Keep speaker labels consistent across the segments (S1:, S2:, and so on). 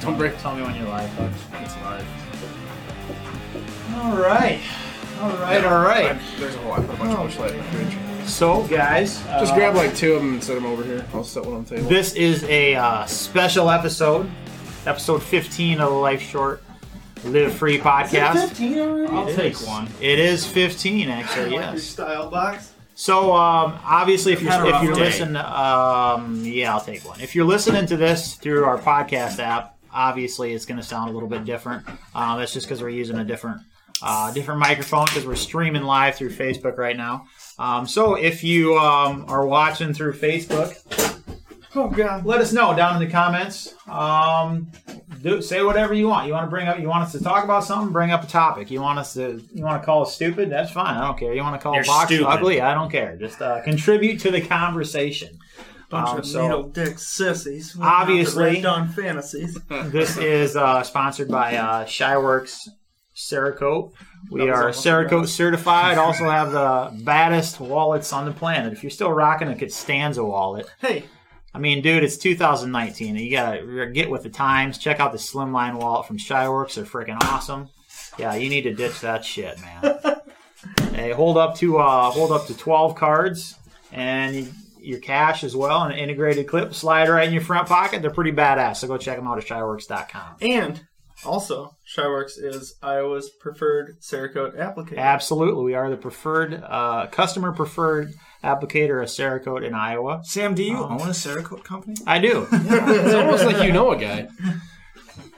S1: Don't break.
S2: Tell me when you're live, folks.
S1: It's live.
S2: All right. All right. All right.
S1: I've- There's a whole. I put a bunch of bush light in the fridge.
S2: So, guys,
S1: Just
S2: uh,
S1: grab like two of them and set them over here. I'll set one on the table.
S2: This is a uh, special episode, episode 15 of the Life Short Live Free podcast.
S3: I'll
S2: It
S3: take
S2: is.
S3: one.
S2: It is 15, actually. Yes.
S3: style box.
S2: So, um, obviously, if you're
S3: Had a
S2: if
S3: rough
S2: you're
S3: day.
S2: listening, um, yeah, I'll take one. If you're listening to this through our podcast app, obviously, it's going to sound a little bit different. Um, that's just because we're using a different uh, different microphone because we're streaming live through Facebook right now. Um, so, if you um, are watching through Facebook,
S3: Oh god.
S2: let us know down in the comments. Um, do, say whatever you want. You want to bring up. You want us to talk about something. Bring up a topic. You want us to. You want to call us stupid. That's fine. I don't care. You want to call
S3: You're
S2: a box
S3: stupid.
S2: ugly. I don't care. Just uh, contribute to the conversation.
S3: Bunch
S2: Um,
S3: of
S2: so-
S3: needle dick sissies.
S2: Obviously.
S3: on fantasies.
S2: This is uh, sponsored by uh, Shyworks Cerakote.
S3: That
S2: We
S3: was
S2: are
S3: almost
S2: Cerakote
S3: forgotten.
S2: certified. Also have the baddest wallets on the planet. If you're still rocking a Costanza wallet,
S3: Hey,
S2: I mean, dude, it's 2019. You gotta get with the times. Check out the slimline wallet from Shyworks. They're freaking awesome. Yeah, you need to ditch that shit, man. they hold up to uh, hold up to 12 cards and your cash as well, and an integrated clip slide right in your front pocket. They're pretty badass. So go check them out at shyworks.com.
S3: and also Shyworks is Iowa's preferred Cerakote applicator.
S2: Absolutely, we are the preferred uh, customer preferred applicator of Cerakote in Iowa.
S1: Sam, do you own
S3: Um,
S1: a Cerakote company?
S2: I do.
S1: It's almost like you know a guy.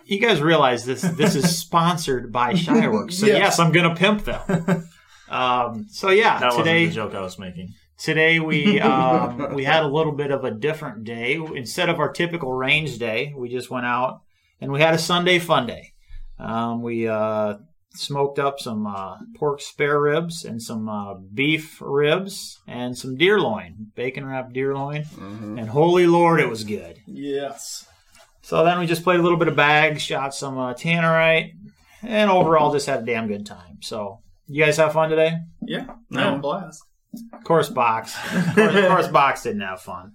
S2: You guys realize this this is sponsored by Shyworks, so yes,
S3: Yes.
S2: I'm gonna pimp them. Um, so yeah,
S4: That wasn't
S2: today
S4: the joke I was making.
S2: today we um, we had a little bit of a different day instead of our typical range day. We just went out and we had a Sunday fun day. Um, we uh, smoked up some uh, pork spare ribs and some uh, beef ribs and some deer loin, bacon wrapped deer loin, and holy lord, it was good.
S3: Yes.
S2: So then we just played a little bit of bags, shot some uh, tannerite, and overall just had a damn good time. So you guys have fun today?
S3: Yeah.
S4: No.
S3: No blast.
S2: Of course, box. Of course, of course box didn't have fun.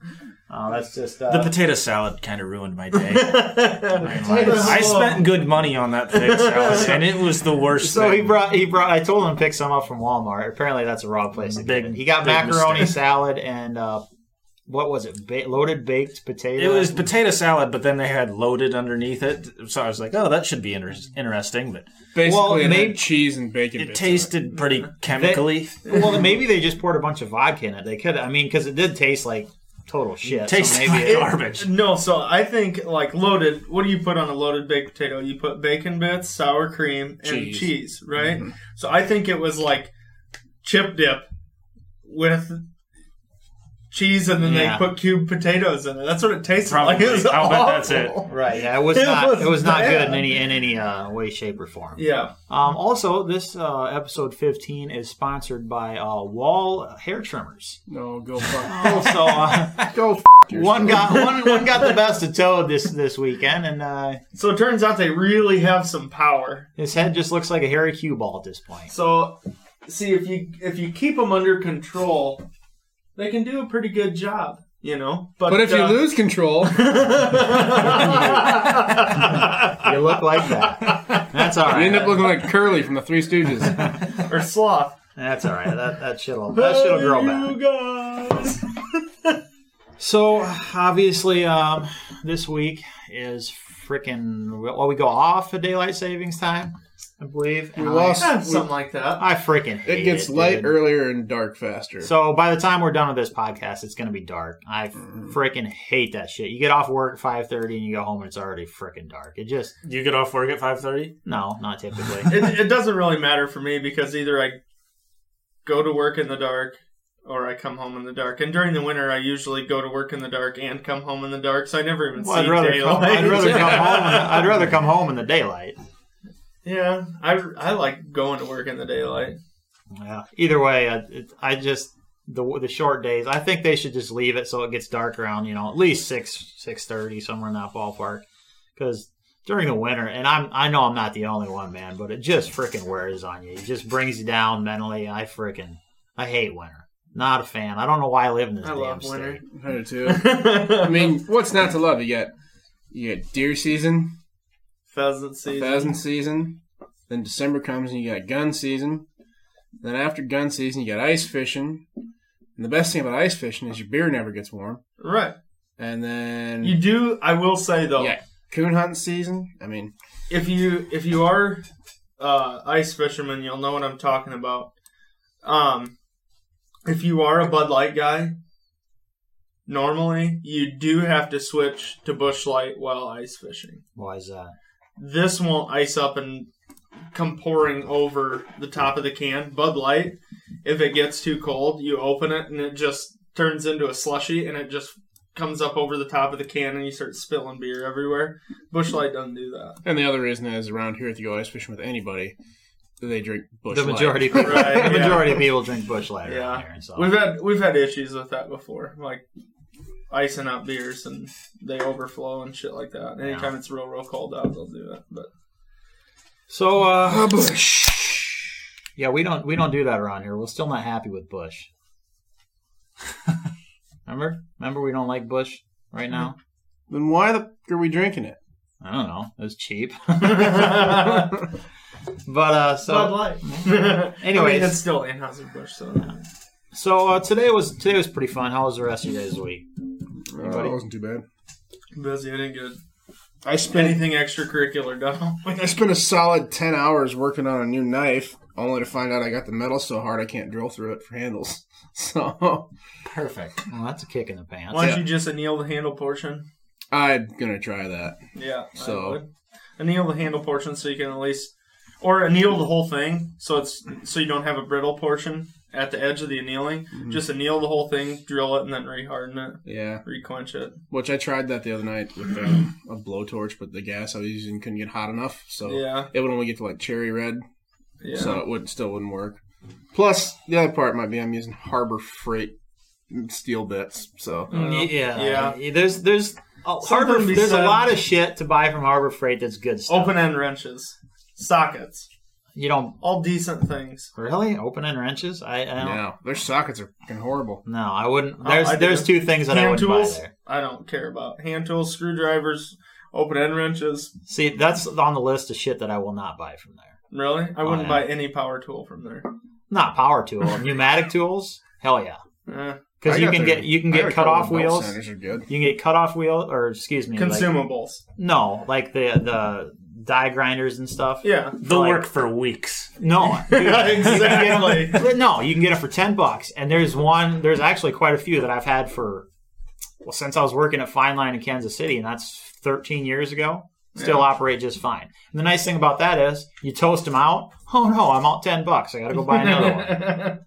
S2: Uh, that's just
S4: The
S2: uh,
S4: potato salad kind of ruined my day.
S3: That's
S4: I spent good money on that potato salad, and it was the worst.
S2: so he
S4: thing.
S2: brought he brought. I told him to pick some up from Walmart. Apparently, that's a raw place. To
S4: Big-
S2: get it. He got
S4: big
S2: macaroni
S4: mistake.
S2: salad and uh, what was it? Ba- loaded baked potato.
S4: It was potato salad, but then they had loaded underneath it. So I was like, "Oh, that should be inter- interesting." But
S1: Basically,
S2: Well,
S1: it
S2: maybe-
S1: had cheese and bacon.
S4: it
S1: bits in it.
S4: tasted pretty chemically.
S2: well. Maybe they just poured a bunch of vodka in it. They could. I mean, because it did taste like total shit. so
S4: Tasted
S2: maybe
S4: like
S2: it-
S4: garbage.
S3: No, so I think like loaded. What do you put on a loaded baked potato? You put bacon bits, sour cream, and
S1: Cheese.
S3: cheese, right?
S4: Mm-hmm.
S3: So I think it was like chip dip with cheese, and then
S2: Yeah.
S3: they put cubed potatoes in it. That's what it tasted like.
S4: Probably.
S3: It was
S4: I'll bet that's
S3: awful.
S2: Right. Yeah. It was
S3: It
S2: not.
S3: was
S2: it was not
S3: bad.
S2: good in any in any uh, way, shape, or form.
S3: Yeah,
S2: Um, also, this uh, episode 15 is sponsored by uh, Wall Hair Trimmers.
S1: No, go fuck.
S2: Also, uh,
S1: go f- yourself.
S2: one got one one got the best of Toad this this weekend, and uh,
S3: so it turns out they really have some power.
S2: his head just looks like a hairy cue ball at this point.
S3: So see if you if you keep them under control, they can do a pretty good job, you know. But,
S1: But if you
S3: uh,
S1: lose control, you
S2: You look like that. That's all right.
S1: end up looking like Curly from the Three Stooges.
S3: or sloth.
S2: That's all right. That that shit'll that shit'll grow back.
S3: guys.
S2: So obviously, um, this week is freaking. Well, we go off of daylight savings time, I believe.
S1: We
S2: and I-
S1: lost.
S3: Something like that.
S2: I freaking. Hate
S1: It gets light
S2: dude.
S1: earlier and dark faster.
S2: So by the time we're done with this podcast, it's going to be dark. I freaking hate that shit. You get off work at five thirty and you go home and it's already freaking dark. It just
S4: You get off work at five thirty.
S2: no, not typically.
S3: It, it doesn't really matter for me because either I go to work in the dark or I come home in the dark. And during the winter, I usually go to work in the dark and come home in the dark, so I never even
S2: Well,
S3: see
S2: I'd rather come,
S3: daylight.
S2: I'd rather come home. In the, I'd rather come home in the daylight.
S3: yeah, I, I like going to work in the daylight.
S2: Yeah. Either way, I, it, I just the the short days. I think they should just leave it so it gets dark around you know at least six six thirty somewhere in that ballpark because. During the winter, and I'm I know I'm not the only one, man, but it just freaking wears on you. It just brings you down mentally. I freaking I hate winter. Not a fan. I don't know why I live in this
S3: I
S2: damn
S3: love
S2: state.
S3: winter.
S1: I do too. I mean, what's not to love? You got you got deer season.
S3: Pheasant season.
S1: Pheasant season. Then December comes and you got gun season. Then after gun season, you got ice fishing. And the best thing about ice fishing is your beer never gets warm.
S3: Right.
S1: And then
S3: You do. I will say though,
S1: yeah, coon hunting season. I mean,
S3: if you if you are uh, ice fisherman, you'll know what I'm talking about. Um, if you are a Bud Light guy, normally you do have to switch to Bush Light while ice fishing.
S2: Why is that?
S3: This won't ice up and come pouring over the top of the can. Bud Light, if it gets too cold, you open it and it just turns into a slushy and it just comes up over the top of the can and you start spilling beer everywhere. Bush Light doesn't do that.
S1: and the other reason is around here, if you go ice fishing with anybody, they drink bush.
S2: the
S1: Light.
S2: majority, of people,
S3: Right,
S2: the
S3: yeah.
S2: majority of people drink Bush Light around
S3: Yeah.
S2: here, and so
S3: We've had we've had issues with that before, like icing up beers and they overflow and shit like that. Anytime it's real real cold out, they'll do it. But
S2: so uh,
S1: Ah, bush.
S2: yeah, we don't we don't do that around here. We're still not happy with Bush. Remember, remember, we don't like Bush right now.
S1: Then why the f- are we drinking it?
S3: Mm-hmm.
S2: I don't know. It was cheap, but uh, so
S3: Bud Light.
S2: Anyways.
S3: I mean, it's still Anheuser Busch, so
S2: so uh, today was today was pretty fun. How was the rest of your guys' week?
S1: Uh,
S2: Anybody?
S1: it wasn't too bad.
S3: busy. I didn't get
S1: I spent
S3: anything extracurricular done.
S1: I spent a solid ten hours working on a new knife, only to find out I got the metal so hard I can't drill through it for handles. So
S4: Perfect.
S2: Well, that's a kick in the pants.
S3: Why don't
S1: Yeah.
S3: you just anneal the handle portion?
S1: I'm gonna try that.
S3: Yeah,
S1: So-
S3: I would. anneal the handle portion so you can at least, or anneal the whole thing so it's so you don't have a brittle portion at the edge of the annealing.
S2: Mm-hmm.
S3: Just anneal the whole thing, drill it, and then reharden it,
S1: Yeah,
S3: requench it.
S1: which I tried that the other night with um, a blowtorch, but the gas I was using couldn't get hot enough, so
S3: Yeah,
S1: it would only get to like cherry red,
S3: yeah.
S1: so it would still wouldn't work. Plus, the other part might be I'm using Harbor Freight steel bits, so
S3: Mm,
S2: yeah,
S3: yeah. Oh,
S2: yeah. There's there's a,
S3: Something
S2: Harbor,
S3: to be
S2: there's a
S3: said. Oh.
S2: lot of shit to buy from Harbor Freight that's good stuff.
S3: Open end wrenches, sockets,
S2: You don't
S3: all decent things.
S2: really open end wrenches. I, I don't.
S1: yeah, their sockets are fucking horrible.
S2: No, I wouldn't.
S3: Oh,
S2: There's
S3: I do.
S2: there's two things that I
S3: Hand
S2: wouldn't
S3: tools,
S2: buy there.
S3: I don't care about hand tools, screwdrivers, open end wrenches.
S2: See, that's on the list of shit that I will not buy from there.
S3: Really, I wouldn't
S2: yeah.
S3: buy any power tool from there.
S2: Not power tool, pneumatic tools. Hell yeah,
S3: Eh.
S2: because
S1: I
S2: you
S1: got
S2: can
S1: their-
S2: get you can
S1: I got
S2: get
S1: a
S2: cut
S1: couple
S2: off
S1: of belt
S2: wheels.
S1: centers are good.
S2: You can get cut off wheel, or excuse me, like-
S3: Consumables,
S2: no, like the the die grinders and stuff.
S3: yeah,
S4: They'll
S2: Like-
S4: work for weeks.
S2: No, dude, you can
S3: Exactly.
S2: get them- no, you can get it for ten bucks, and there's one. There's actually quite a few that I've had for well since I was working at Fine Line in Kansas City, and that's 13 years ago. Still
S3: Yeah.
S2: operate just fine. And the nice thing about that is you toast them out. Oh no, I'm out ten bucks. I got to go buy another one.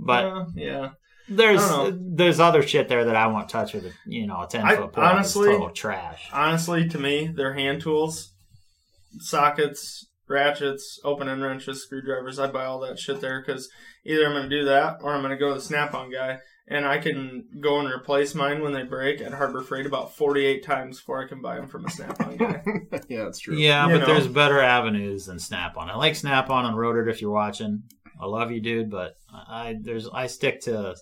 S2: But
S3: Uh, yeah.
S2: there's
S3: I don't
S2: there's other shit there that I won't touch with a you know a ten
S3: I-
S2: foot pole. It's
S3: honestly-
S2: total trash.
S3: Honestly, to me, they're hand tools, sockets, ratchets, open end wrenches, screwdrivers. I buy all that shit there because either I'm going to do that or I'm going to go to the Snap on guy and I can go and replace mine when they break at Harbor Freight about 48 times before I can buy them from a Snap on guy.
S1: yeah, that's true.
S2: Yeah,
S3: You
S2: but
S3: know.
S2: there's better avenues than Snap On. I like Snap On and Rotor if you're watching. I love you, dude, but I I- there's I stick to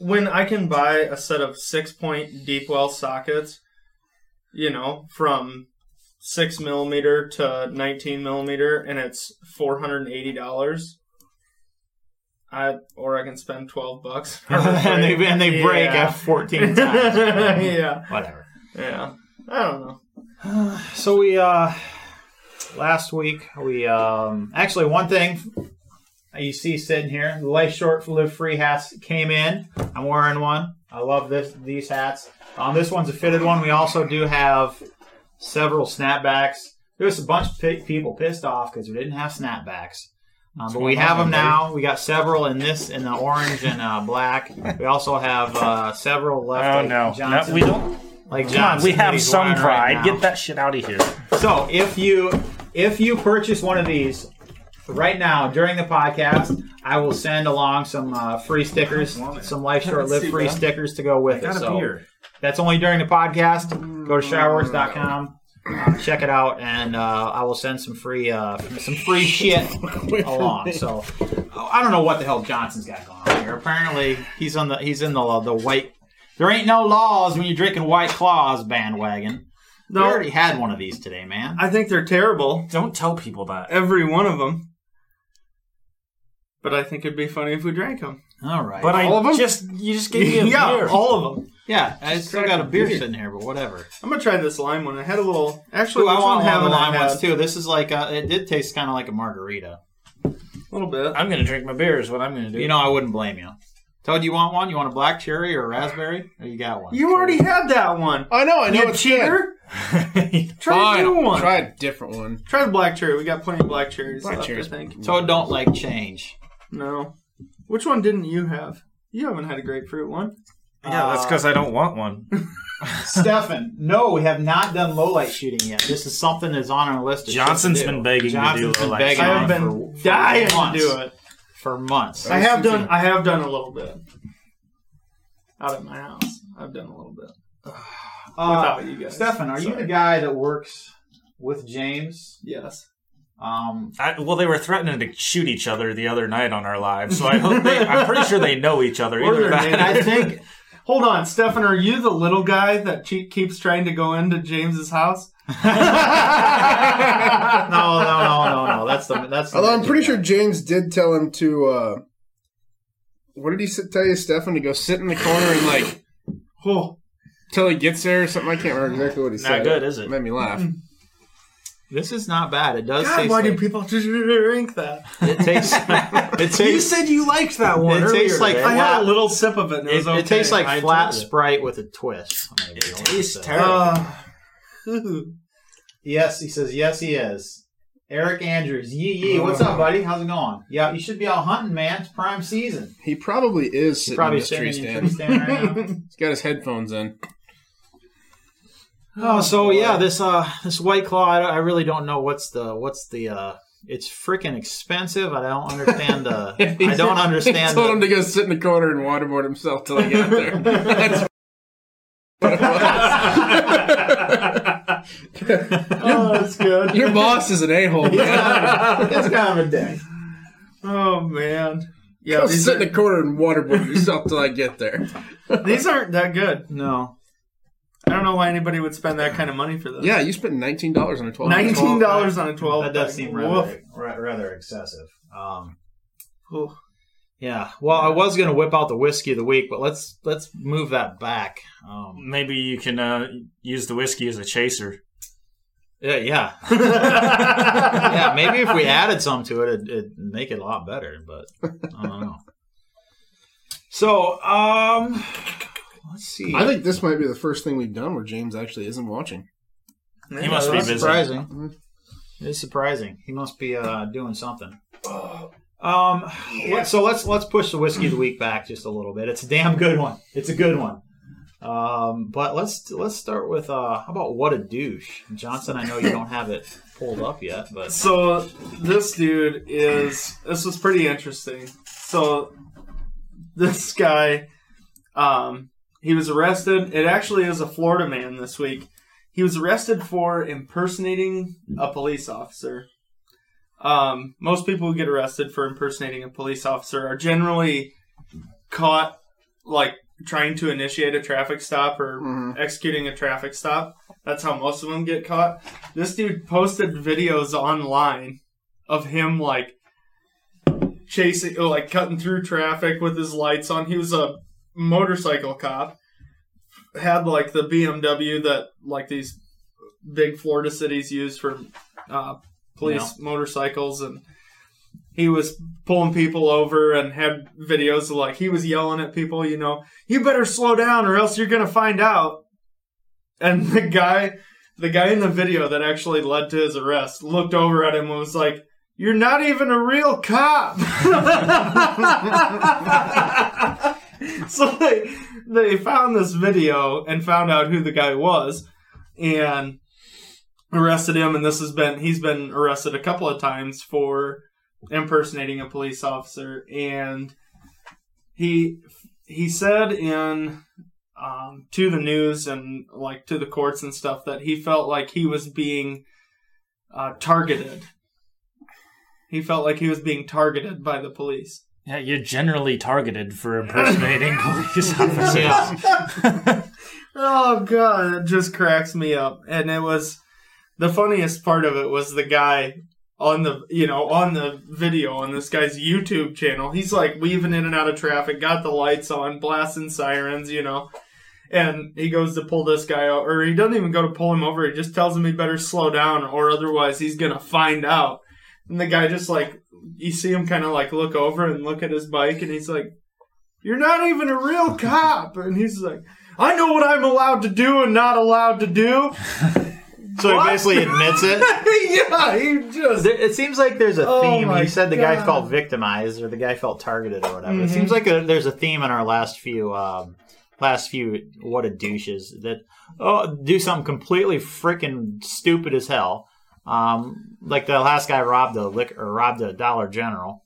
S3: when I can buy a set of six point deep well sockets, you know, from six millimeter to nineteen millimeter, and it's four hundred and eighty dollars. I or I can spend twelve bucks,
S2: and they and they break at
S3: Yeah.
S2: 14 times.
S3: yeah,
S2: Whatever.
S3: yeah. I don't know.
S2: So we uh last week we um actually one thing you see sitting here the life short live free hats came in. I'm wearing one. I love this these hats. Um, this one's a fitted one. We also do have several snapbacks. There's a bunch of pi people pissed off because we didn't have snapbacks. Um, but we have them now. We got several in this, in the orange and uh, black. We also have uh, several left.
S4: Oh
S2: like
S4: no. no
S2: Johnson-
S4: we don't.
S2: like
S4: Come on,
S2: Johnson
S4: we
S2: that
S4: have
S2: he's
S4: some
S2: wearing right
S4: pride.
S2: now.
S4: Get that shit out of here.
S2: So if you if you purchase one of these right now during the podcast, I will send along some uh, free stickers, some Life Short Live Free stickers to go with it. So that's only during the podcast. Go to showerworks.com, uh, check it out, and uh, I will send some free uh, some free shit along. So oh, I don't know what the hell Johnson's got going on here. Apparently he's on the he's in the the white. There ain't no laws when you're drinking White Claws bandwagon. we
S3: No,
S2: already had one of these today, man.
S3: I think they're terrible.
S4: Don't tell people that.
S3: Every one of them. But I think it'd be funny if we drank them.
S2: All right.
S4: But I
S1: All of 'em?
S4: just you just gave me a
S3: yeah,
S4: beer.
S3: all of them.
S2: Oh, yeah, I still
S1: crack
S2: got a
S1: a
S2: beer,
S1: beer.
S2: sitting here, but whatever.
S3: I'm gonna try this lime one. I had a little. Actually,
S2: Ooh, I
S3: which
S2: want
S3: one
S2: one of the
S3: haven't
S2: lime
S3: I
S2: ones
S3: had?
S2: too. This is like uh it did taste kind of like a margarita.
S3: A little bit.
S4: I'm gonna drink my beer. Is what I'm gonna do.
S2: You know, I wouldn't blame you. Toad, you want one? You want a black cherry or a raspberry? Or you got one?
S3: You already had that one.
S1: I know, I know
S3: you
S1: it's good.
S3: cheater. Try
S1: Fine,
S3: a new
S1: I'll
S3: one.
S1: Try a different one.
S3: Try the black cherry. We got plenty of black cherries
S1: Black
S3: left,
S1: cherries.
S3: I think.
S2: Toad don't like change.
S3: No. Which one didn't you have? You haven't had a grapefruit one.
S4: yeah, that's because I don't want one.
S2: Stefan, no, we have not done low light shooting yet. This is something that's on our list. of shit to
S4: Johnson's
S2: do.
S4: been begging to do
S2: Johnson's been
S4: low light
S2: begging
S4: shooting.
S3: I
S2: on
S3: have
S2: it
S3: been
S2: for- for
S3: dying to
S2: months.
S3: do it.
S2: for months.
S3: I have
S1: Excuse
S3: done. I have done a little bit. Out at my house, I've done a little bit.
S2: Uh,
S3: Without you guys.
S2: Stefan, are you
S3: Sorry.
S2: the guy that works with James?
S3: Yes.
S2: Um,
S4: I, well, they were threatening to shoot each other the other night on our live, so I hope they, I'm pretty sure they know each other.
S3: Or
S4: Either
S3: their
S4: that,
S2: and I think,
S3: Hold on, Stefan. Are you the little guy that che- keeps trying to go into James's house?
S2: no, no, no, no, no. That's the that's. The
S1: Although I'm pretty sure James did tell him to. uh What did he s- tell you, Stefan? To go sit in the corner and like
S3: Oh,
S1: till he gets there or something. I can't remember exactly what he said.
S4: not good, is
S1: It
S4: it?
S1: made me laugh.
S2: Mm-hmm. This is not bad. It does.
S3: God,
S2: taste
S3: why do
S2: like,
S3: people drink that?
S2: it tastes? It
S3: You
S2: tastes.
S3: said you liked that one.
S2: It
S3: earlier
S2: tastes like
S3: today.
S2: flat-
S3: I had a little sip of it. And it,
S2: It,
S3: was okay.
S2: it tastes like
S3: I
S2: flat
S3: told
S2: Sprite with a twist. It tastes
S3: you. Uh, ooh.
S2: Yes, he says. Yes, he is. Eric Andrews, yee yee. What's up, buddy? How's it going? Yeah, you should be out hunting, man. It's prime season.
S1: He probably is sitting
S2: Probably
S1: in the tree
S2: standing in
S1: stand.
S2: your tree stand right now.
S1: He's got his headphones in.
S2: Oh, so yeah, this uh, this White Claw, I, I really don't know what's the what's the uh, it's freaking expensive. I don't understand the, I don't
S1: He
S2: understand.
S1: told him
S2: the,
S1: to go sit in the corner and waterboard himself till he got there. That's what it was.
S3: oh, that's good.
S1: Your boss is an a-hole. Man.
S2: it's kind of a dick.
S3: Oh man. Yeah,
S1: Go
S3: these,
S1: sit in
S3: are,
S1: the corner and waterboard yourself till I get there.
S3: these aren't that good.
S2: No,
S3: I don't know why anybody would spend that kind of money for this.
S1: Yeah, you spent nineteen dollars on a twelve.
S3: Nineteen dollars on a twelve.
S2: that does
S3: pack.
S2: seem
S3: Woof.
S2: rather ra- rather excessive. Um,
S3: Ooh.
S2: yeah. Well, I was gonna whip out the whiskey of the week, but let's let's move that back. Um,
S4: Maybe you can uh, use the whiskey as a chaser.
S2: yeah, yeah, yeah. Maybe if we added some to it, it'd, it'd make it a lot better. But I don't know. So, um, let's see.
S1: I think this might be the first thing we've done where James actually isn't watching.
S3: Man,
S4: He must be
S3: that's-
S2: That's
S4: busy.
S2: surprising. It is surprising. He must be uh, doing something. Um, let- so let's let's push the whiskey of the week back just a little bit. It's a damn good one. It's a good one. Um, but let's let's start with uh, how about what a douche, Johnson? I know you don't have it pulled up yet, but
S3: So this dude is this was pretty interesting. So this guy um he was arrested. It actually is a Florida man this week. He was arrested for impersonating a police officer. Um, most people who get arrested for impersonating a police officer are generally caught like trying to initiate a traffic stop or
S1: Mhm.
S3: executing a traffic stop. That's how most of them get caught this dude posted videos online of him like chasing or like cutting through traffic with his lights on he was a motorcycle cop had like the bmw that like these big florida cities use for uh, police motorcycles and he was pulling people over and had videos of like he was yelling at people you know you better slow down or else you're gonna find out and the guy the guy in the video that actually led to his arrest looked over at him and was like, "You're not even a real cop." so they they found this video and found out who the guy was and arrested him and this has been he's been arrested a couple of times for impersonating a police officer and he he said in um, to the news and like to the courts and stuff that he felt like he was being uh, targeted. He felt like he was being targeted by the police.
S4: Yeah, you're generally targeted for impersonating police officers.
S2: yeah,
S3: Oh god, it just cracks me up. And it was the funniest part of it was the guy on the you know on the video on this guy's YouTube channel. He's like weaving in and out of traffic, got the lights on, blasting sirens, you know. And he goes to pull this guy out, or he doesn't even go to pull him over. He just tells him he better slow down, or otherwise he's gonna find out. And the guy just like you see him kind of like look over and look at his bike, and he's like, "You're not even a real cop." And he's like, "I know what I'm allowed to do and not allowed to do."
S2: So
S3: What?
S2: he basically admits it.
S3: yeah, he just
S2: There- It seems like there's a
S3: Oh
S2: theme.
S3: my
S2: he said the guy
S3: God.
S2: felt victimized or the guy felt targeted or whatever. It
S3: Mhm.
S2: seems like a, there's a theme in our last few um, last few what a douches that oh do something completely freaking stupid as hell. Um, like the last guy robbed a lick or robbed a Dollar General.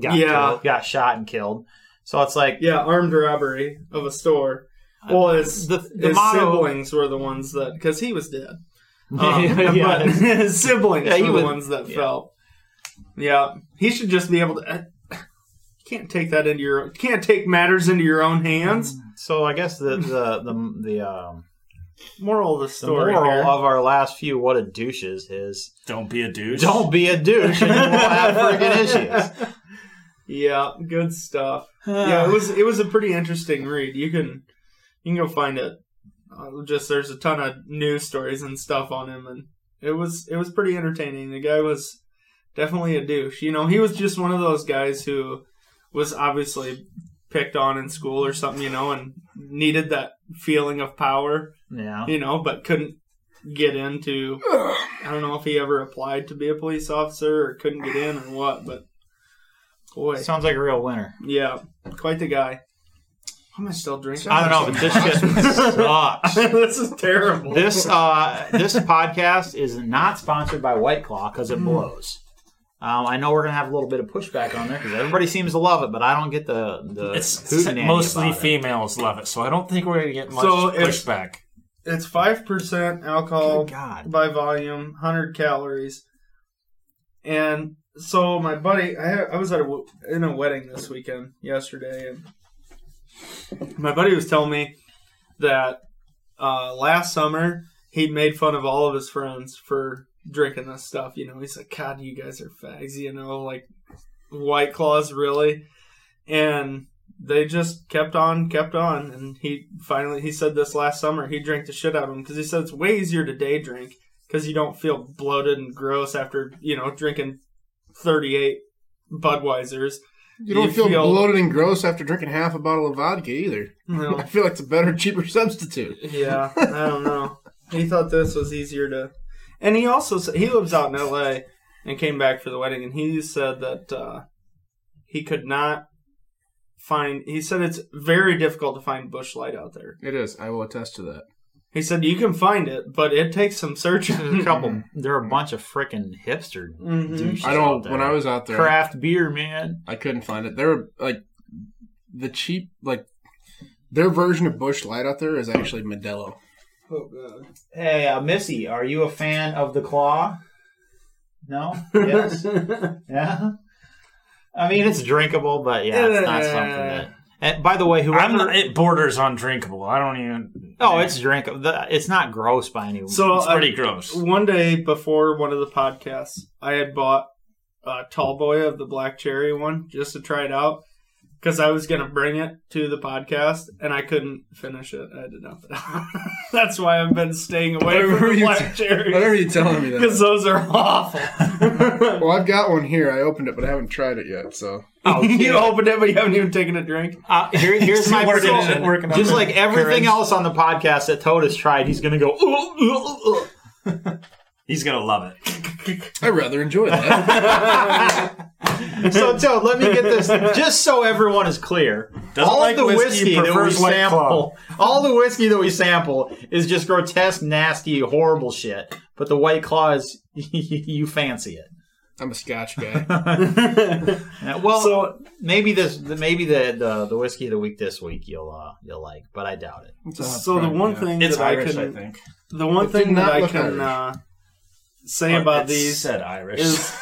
S2: Got
S3: Yeah.
S2: killed- got shot and killed. So it's like
S3: yeah, armed robbery of a store. Well, his,
S2: the the
S3: his
S2: motto.
S3: siblings were the ones that because he was dead. Um,
S2: Yeah,
S3: but
S2: yeah.
S3: his siblings
S2: Yeah, he
S3: were
S2: was-
S3: the ones that
S2: yeah.
S3: fell. Yeah, he should just be able to. Uh, can't take that into your. Can't take matters into your own hands.
S2: So I guess the the the, the um,
S3: Moral of the
S2: The
S3: story.
S2: moral
S3: here.
S2: of our last few what a douches is
S4: Don't be a douche.
S2: don't be a douche and you won't have freaking issues.
S3: yeah, good stuff. yeah, it was it was a pretty interesting read. You can you can go find it. Uh, just there's a ton of news stories and stuff on him, and it was it was pretty entertaining. The guy was definitely a douche. You know, he was just one of those guys who was obviously picked on in school or something. You know, and needed that feeling of power.
S2: Yeah.
S3: You know, but couldn't get into. I don't know if he ever applied to be a police officer or couldn't get in or what, but boy,
S2: Sounds like a real winner.
S3: yeah, quite the guy. Why am I still drinking?
S2: I don't know, but this shit sucks.
S3: this is terrible.
S2: This uh this podcast is not sponsored by White Claw because it blows. Um, I know we're gonna have a little bit of pushback on there because everybody seems to love it, but I don't get the the
S4: It's
S2: hootenanny
S4: mostly
S2: about it.
S4: females love it, so I don't think we're gonna get much
S3: So if-
S4: pushback.
S3: It's five percent
S1: Oh,
S3: alcohol
S2: Good God,
S3: by volume, hundred calories, and so my buddy, I, I was at a, w- in a wedding this weekend yesterday, and my buddy was telling me that uh, last summer he made fun of all of his friends for drinking this stuff. You know, he's like, "God, you guys are fags," you know, like White Claws, really, and they just kept on, kept on, and he finally he said this last summer he drank the shit out of them because he said it's way easier to day drink because you don't feel bloated and gross after you know drinking thirty eight Budweisers.
S1: You don't
S3: You
S1: feel,
S3: feel-
S1: bloated and gross after drinking half a bottle of vodka either.
S3: You know,
S1: I feel like it's a better, cheaper substitute.
S3: Yeah, I don't know. He thought this was easier to, and he also s- he lives out in L.A. and came back for the wedding, and he said that uh, he could not find. He said it's very difficult to find bush light out there.
S1: It is. I will attest to that.
S3: He said you can find it, but it takes some
S2: there's a
S3: searching.
S2: couple. There are a bunch of freaking hipster
S3: Mhm.
S2: douches.
S1: Mm-hmm. I know.
S2: out there.
S1: When I was out there,
S2: craft beer, man.
S1: I couldn't find it. There were like the cheap, like their version of Bush Light out there is actually Modelo.
S3: oh god.
S2: Hey, uh, Missy, are you a fan of the claw? No. Yes. yeah. I mean, it's drinkable, but yeah, it's not
S3: Yeah.
S2: something that. And by the way, whoever
S4: I'm not, it borders on drinkable. I don't even.
S2: oh, it's drinkable. The- It's not gross by any.
S3: So
S4: it's
S3: I-
S4: pretty gross.
S3: One day before one of the podcasts, I had bought a tall boy of the black cherry one just to try it out because I was going to bring it to the podcast and I couldn't finish it. I did not. That's why I've been staying away
S1: Whatever
S3: from the
S1: you
S3: black
S1: What are
S3: cherry
S1: you telling me
S3: because
S1: that?
S3: those are awful.
S1: Well, I've got one here. I opened it, but I haven't tried it yet. So
S2: Oh,
S3: you
S2: dude.
S3: opened it, but you haven't even taken a drink.
S2: Uh, here, here's my
S4: Working on it,
S2: prediction.
S4: working on
S2: Just
S4: it.
S2: like everything
S4: Courage.
S2: else on the podcast that Toad has tried, he's gonna go. "Ooh, ooh, ooh, ooh."
S4: He's gonna love it.
S1: I rather enjoy that.
S2: So Toad, let me get this. Just so everyone is clear,
S4: Doesn't
S2: all
S4: like
S2: of the
S4: whiskey,
S2: whiskey, that we
S4: prefers White
S2: sample, all the whiskey that we sample is just grotesque, nasty, horrible shit. But the White Claw is you fancy it.
S1: I'm a Scotch guy.
S2: Uh, Well,
S3: So-
S2: maybe this, maybe the, the the whiskey of the week this week you'll uh, you'll like, but I doubt it.
S3: So the one thing
S4: It's
S3: that
S4: Irish,
S3: I
S4: I,
S3: can,
S4: think.
S3: the one
S1: It did
S3: thing that
S1: not
S3: I
S1: look
S3: can
S1: Irish. Oh,
S3: uh, say
S4: But
S3: about
S4: it
S3: these
S4: said Irish.
S3: is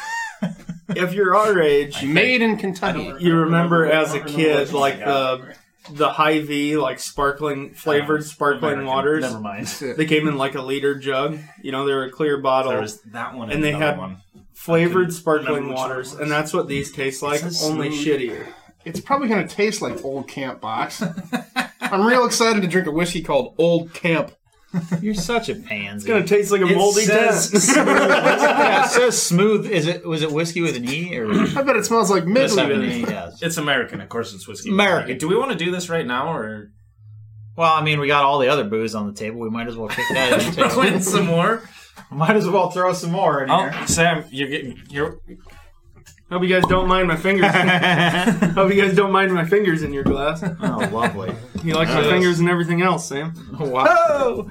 S3: if you're our age,
S1: Made in Kentucky.
S3: you remember as a kid, like the the high V like sparkling flavored sparkling
S4: American.
S3: waters.
S4: Never mind.
S1: That's it.
S3: They came in like a liter jug. You know, they were a clear
S4: There
S3: bottle,
S4: was that one, and,
S3: And they
S4: another
S3: had-
S4: one.
S3: flavored
S4: couldn't remember
S3: sparkling
S4: which one it
S3: waters,
S4: was.
S3: and that's what these taste like,
S4: It's a
S3: only
S1: smooth-
S3: shittier.
S1: It's probably going to taste like Old Camp Box. I'm real excited to drink a whiskey called Old Camp.
S2: You're such a pansy.
S3: Gonna taste like a moldy
S4: says
S3: tent.
S2: yeah, it says smooth. Is it was it whiskey with an e or
S1: I bet it smells like
S2: It must have
S1: midget.
S2: an e? Yes.
S4: It's American, of course. It's whiskey.
S2: American.
S4: Do we want to do this right now, or
S2: Well, I mean, we got all the other booze on the table. We might as well kick that in too.
S4: Win some more?
S2: might as well throw some more in
S4: Oh, Sam, you're getting you're.
S3: Hope you guys don't mind my fingers.
S2: here.
S3: Hope you guys don't mind my fingers in your glass.
S2: oh, lovely.
S3: You like my
S4: Yes.
S3: fingers and everything else, Sam.
S2: Wow.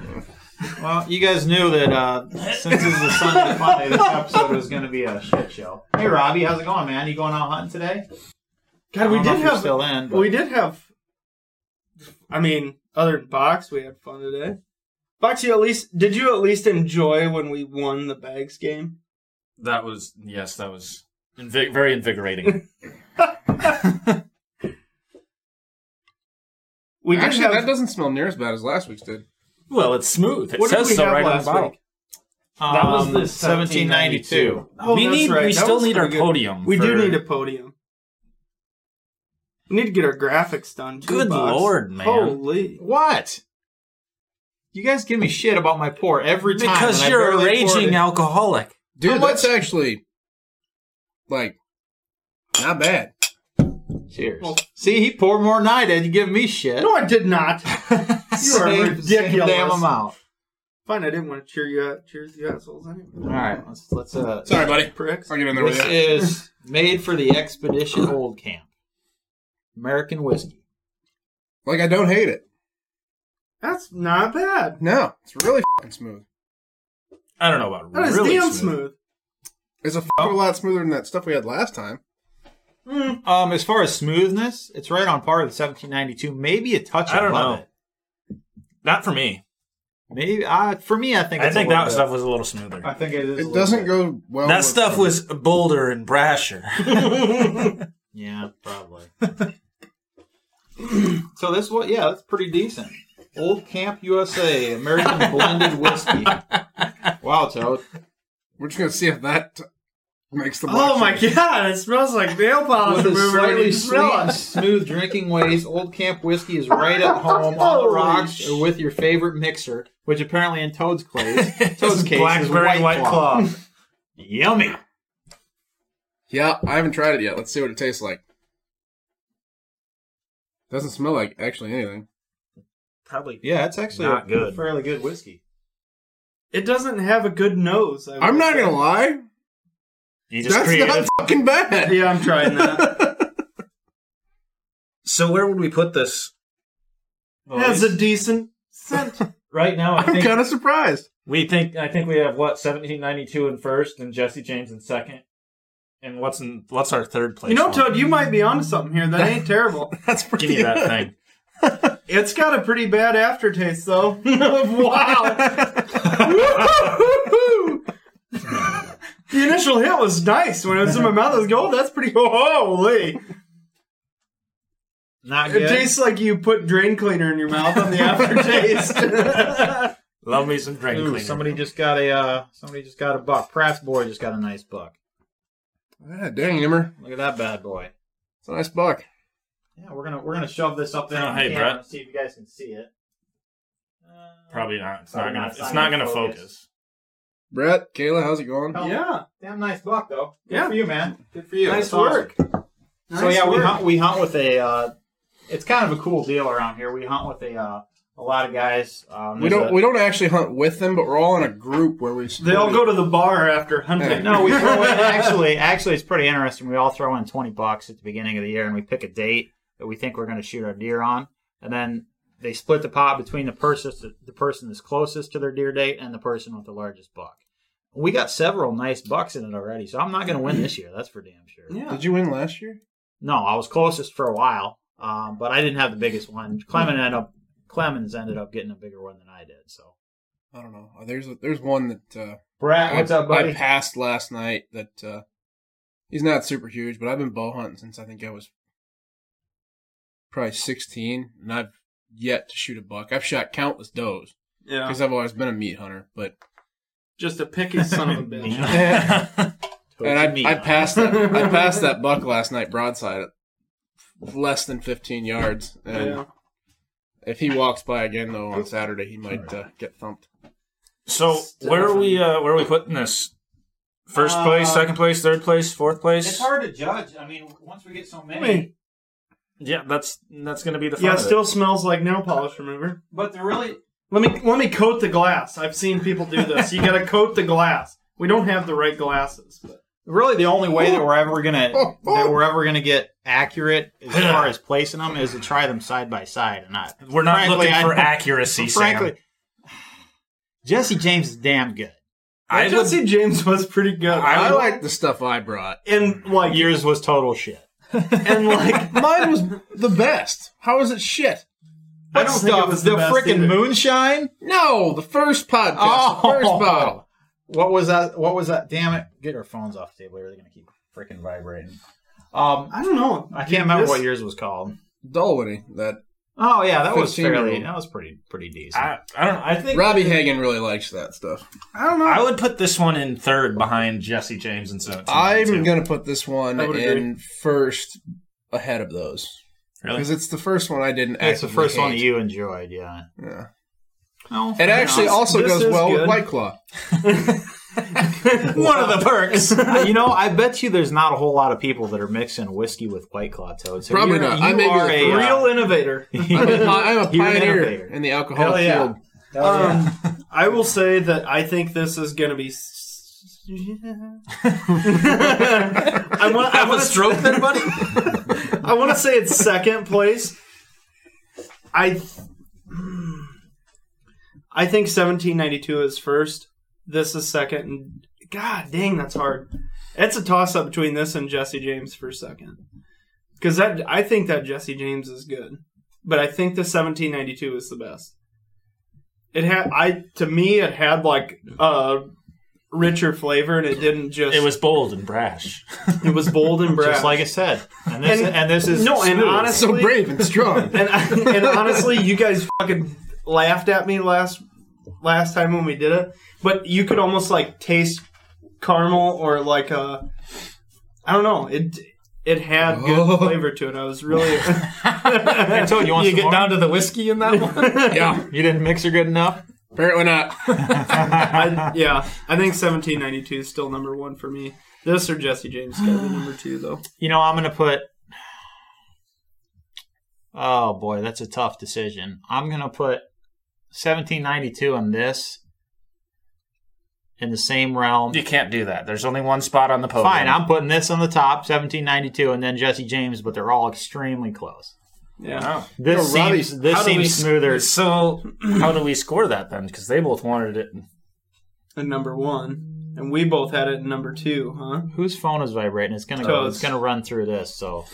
S2: Well, you guys knew that uh, since this is a Sunday Monday, this episode was going to be a shit show. Hey, Robbie, how's it going, man? You going out hunting today?
S3: God, we
S4: Oh,
S2: I don't know
S3: did
S2: if you're
S3: have.
S2: still in. but-
S3: We did have. I mean, other than box, we had fun today. Box, you at least did you at least enjoy when we won the bags game?
S4: That was yes, that was invi- very invigorating.
S3: We did
S1: Actually,
S3: have.
S1: that doesn't smell near as bad as last week's did.
S4: well, it's smooth. It
S3: what did
S4: says
S3: we
S4: so
S3: have
S4: right on the
S3: last
S4: bottle.
S3: week?
S4: That was
S2: Um,
S4: the
S2: 1792.
S3: Oh,
S4: we
S3: that's
S4: need.
S3: right.
S4: We
S3: That
S4: still
S3: was
S4: need our
S3: pretty good.
S4: podium.
S3: We do
S4: for-
S3: need a podium. We need to get our graphics done. Too,
S4: Good
S3: Box.
S4: lord, man.
S3: Holy!
S2: What? You guys give me shit about my pour every time.
S4: because
S2: and I
S4: you're a
S2: barely poured
S4: raging
S2: it.
S4: alcoholic.
S1: Dude,
S2: How much-
S1: that's actually like not bad.
S2: Cheers.
S3: Well-
S2: See, he poured more than I did. You give me shit.
S3: No, I did not. You are
S2: Same- same
S3: ridiculous.
S2: damn amount.
S3: Fine, I didn't want to cheer you out. Cheers, you assholes. Anyway,
S2: All right, let's let's uh.
S1: Sorry, buddy.
S3: pricks.
S1: I'll get in there
S2: This
S1: with you.
S2: is made for the expedition old camp. American whiskey.
S1: Like I don't hate it.
S3: That's not bad.
S1: No, it's really fucking smooth.
S4: I don't know about
S3: That is
S4: really
S3: damn
S4: smooth.
S3: smooth.
S1: It's a fucking lot smoother than that stuff we had last time.
S3: Mm.
S2: Um, as far as smoothness, it's right on par with 1792. Maybe a touch.
S4: I don't
S2: above
S4: know.
S2: It.
S4: Not for me.
S2: Maybe I, for me, I think
S4: I
S2: it's a
S4: think
S2: little
S4: that
S2: bit-
S4: stuff was a little smoother.
S2: I think it is. a
S1: It
S2: little
S1: doesn't
S2: bit.
S1: go well.
S4: that
S1: with-
S4: stuff was bolder and brasher.
S2: Yeah, probably. so this one, yeah, that's pretty decent. Old Camp USA American blended whiskey. Wow, Toad.
S1: We're just gonna see if that makes the.
S3: Oh
S1: box
S3: my
S1: taste.
S3: god, it smells like nail polish
S2: With its
S3: remover. I
S2: slightly
S3: didn't
S2: sweet
S3: smell
S2: and
S3: it.
S2: smooth drinking ways, Old Camp Whiskey is right at home on the
S3: Holy
S2: rocks
S3: sh-
S2: or with your favorite mixer, which apparently in Toad's case, Toad's case is
S4: Blackberry
S2: White, Claw.
S4: Yummy.
S1: Yeah, I haven't tried it yet. Let's see what it tastes like. Doesn't smell like actually anything.
S4: Probably.
S2: Yeah, it's actually
S4: Not
S2: a
S4: good.
S2: fairly good whiskey.
S3: It doesn't have a good nose. I
S1: I'm
S3: would
S1: not
S3: say.
S1: gonna lie.
S4: You just
S1: That's
S4: created.
S1: not fucking bad.
S3: Yeah, I'm trying that.
S4: So where would we put this?
S3: it has a decent scent.
S4: right now, I
S1: I'm
S4: think
S1: kind of surprised.
S4: we think I think we have what 1792 in first, and Jesse James in second. And what's in what's our third place?
S3: You know,
S4: one?
S3: Toad, you might be onto something here. That ain't terrible.
S1: That's pretty.
S4: Give me that
S1: good.
S4: thing.
S3: It's got a pretty bad aftertaste, though. wow. Woo-hoo-hoo-hoo. the initial hit was nice. When it was in my mouth, it was gold. That's pretty. Holy.
S2: Not
S3: It
S2: good.
S3: tastes like you put drain cleaner in your mouth on the aftertaste.
S4: Love me some drink
S2: Ooh,
S4: cleaner.
S2: somebody just got a uh, somebody just got a buck. Pratt's boy just got a nice buck.
S1: Yeah, Ah, dang, Nimmer.
S2: Look at that bad boy.
S1: It's a nice buck.
S2: Yeah, we're gonna we're gonna shove this up there
S4: Oh,
S2: on
S4: hey,
S2: camera
S4: Brett.
S2: see if you guys can see it. Uh,
S4: Probably not. It's
S2: Probably
S4: not gonna.
S2: not.
S4: It's not gonna focus.
S1: Brett, Kayla, how's it going?
S2: Oh.
S3: yeah.
S2: Damn nice buck though. Good
S3: Yeah.
S2: for you, man. Good for you.
S3: Nice
S2: That's awesome.
S3: work.
S2: so
S3: Nice
S2: yeah, we
S3: work.
S2: hunt. We hunt with a. Uh, it's kind of a cool deal around here. We hunt with a uh, a lot of guys. Um,
S1: We
S2: there's
S1: don't
S2: a-
S1: we don't actually hunt with them, but we're all in a group where we
S3: They all go to the bar after
S1: Yeah.
S3: hunting.
S2: no, we throw in, actually actually it's pretty interesting. We all throw in twenty bucks at the beginning of the year, and we pick a date that we think we're going to shoot our deer on, and then they split the pot between the person the person that's closest to their deer date and the person with the largest buck. We got several nice bucks in it already, so I'm not going to win this year. That's for damn sure.
S3: Yeah.
S1: Did you win last year?
S2: No, I was closest for a while, um, but I didn't have the biggest one. Clemens ended up Clemens ended up getting a bigger one than I did. So
S1: I don't know. Uh, There's there's one that uh,
S2: Brad,
S1: I, I passed last night. That uh, he's not super huge, but I've been bow hunting since I think I was probably 16, and I've yet to shoot a buck. I've shot countless does
S3: Yeah.
S1: because I've always been a meat hunter, but
S3: Just a picky son of a bitch.
S1: and I, I
S2: uh,
S1: passed that I passed that buck last night broadside at less than 15 yards, and
S3: Yeah.
S1: if he walks by again though on Saturday, he might uh, get thumped.
S4: So where are we? Uh, where are we putting this? First place,
S2: Uh,
S4: second place, third place, fourth place.
S2: It's hard to judge. I mean, once we get so many,
S3: mean-
S4: Yeah, that's that's gonna be the fun
S3: Yeah,
S4: of
S3: it
S4: it.
S3: still smells like nail polish remover.
S2: but the really
S3: Let me let me coat the glass. I've seen people do this. You gotta coat the glass. We don't have the right glasses. But
S2: really the only way that we're ever gonna that we're ever gonna get accurate as far as placing them is to try them side by side and not
S4: We're not
S2: Frankly,
S4: looking for
S2: I-
S4: accuracy,
S2: frankly
S4: Sam.
S2: Jesse James is damn good.
S4: I would,
S3: Jesse James was pretty good.
S1: I like the stuff I brought.
S3: and like
S2: Yours was total shit.
S3: and like
S1: Mine was the best. How is it shit?
S3: I don't think it was the, best
S2: frickin'
S3: either.
S2: moonshine.
S1: No, the first podcast,
S2: Oh.
S1: the first bottle.
S2: What was that? What was that? Damn it! Get our phones off the table. They're gonna keep freaking vibrating. Um,
S3: I don't know.
S2: I
S3: Dude,
S2: can't remember
S3: this-
S2: what yours was called.
S1: Dolwitty. That
S2: Oh yeah, that was
S1: 15-year-old.
S2: fairly. That was pretty pretty decent.
S4: I, I don't. know. I think
S1: Robbie Hagan really likes that stuff.
S3: I don't know.
S4: I would put this one in third behind Jesse James and so.
S1: I'm gonna put this one
S3: I would agree.
S1: in first ahead of those
S4: really.
S1: because it's the first one I didn't.
S2: That's the
S1: actively
S2: first one that
S1: hate.
S2: you enjoyed, yeah.
S1: Yeah.
S2: Oh,
S1: It actually also
S3: this
S1: goes
S3: is
S1: well
S3: good.
S1: with White Claw.
S4: One of the perks.
S2: you know, I bet you there's not a whole lot of people that are mixing whiskey with White Claw Toad. So
S1: Probably
S2: you're-
S1: not.
S2: You
S1: I may be
S2: are
S1: the
S2: a
S1: first.
S3: Real
S4: uh,
S3: innovator.
S1: I'm a, pi- I'm a
S2: You're an
S1: pioneer
S2: innovator.
S1: in the alcoholic
S2: Hell yeah.
S1: field.
S3: Um, I will say that I think this is going to be. s- I want. I
S4: Have a
S3: want to.
S4: stroke there, buddy.
S3: I want to say it's second place. I. I think 1792 is first. This is second. And God dang, that's hard. It's a toss up between this and Jesse James for second. Because that I think that Jesse James is good, but I think the 1792 is the best. It had I to me it had like a richer flavor and it didn't just
S4: it was bold and brash.
S3: it was bold and brash
S2: Just like I said. And this, and,
S3: And-
S2: this is.
S3: no and
S2: smooth.
S3: honestly
S1: So brave and strong.
S3: and and honestly, you guys fucking laughed at me last last time when we did it, but you could almost like taste caramel or like uh I don't know. It it had
S1: Oh.
S3: good flavor to it. I was really
S2: I told you, you, want
S4: You
S2: some
S4: get
S2: more?
S4: down to the whiskey in that one.
S1: yeah,
S2: You didn't mix her good enough?
S1: apparently not.
S3: I, yeah. I think 1792 is still number 1 for me. This or Jesse James got to be number 2 though.
S2: You know, I'm going to put. Oh, boy, that's a tough decision. I'm going to put 1792 on this in the same realm.
S4: you can't do that. There's only one spot on the podium.
S2: Fine, I'm putting this on the top, 1792, and then Jesse James, but they're all extremely close.
S3: Yeah.
S4: Oh.
S2: This
S1: No, Robbie,
S2: seems this
S4: How do we
S2: seems
S4: s-
S2: smoother.
S4: So how do we score that then? Because they both wanted it.
S3: And number 1 and we both had it in number 2, huh?
S2: Whose phone is vibrating? It's gonna go, it's
S3: Toad's.
S2: gonna run through this. So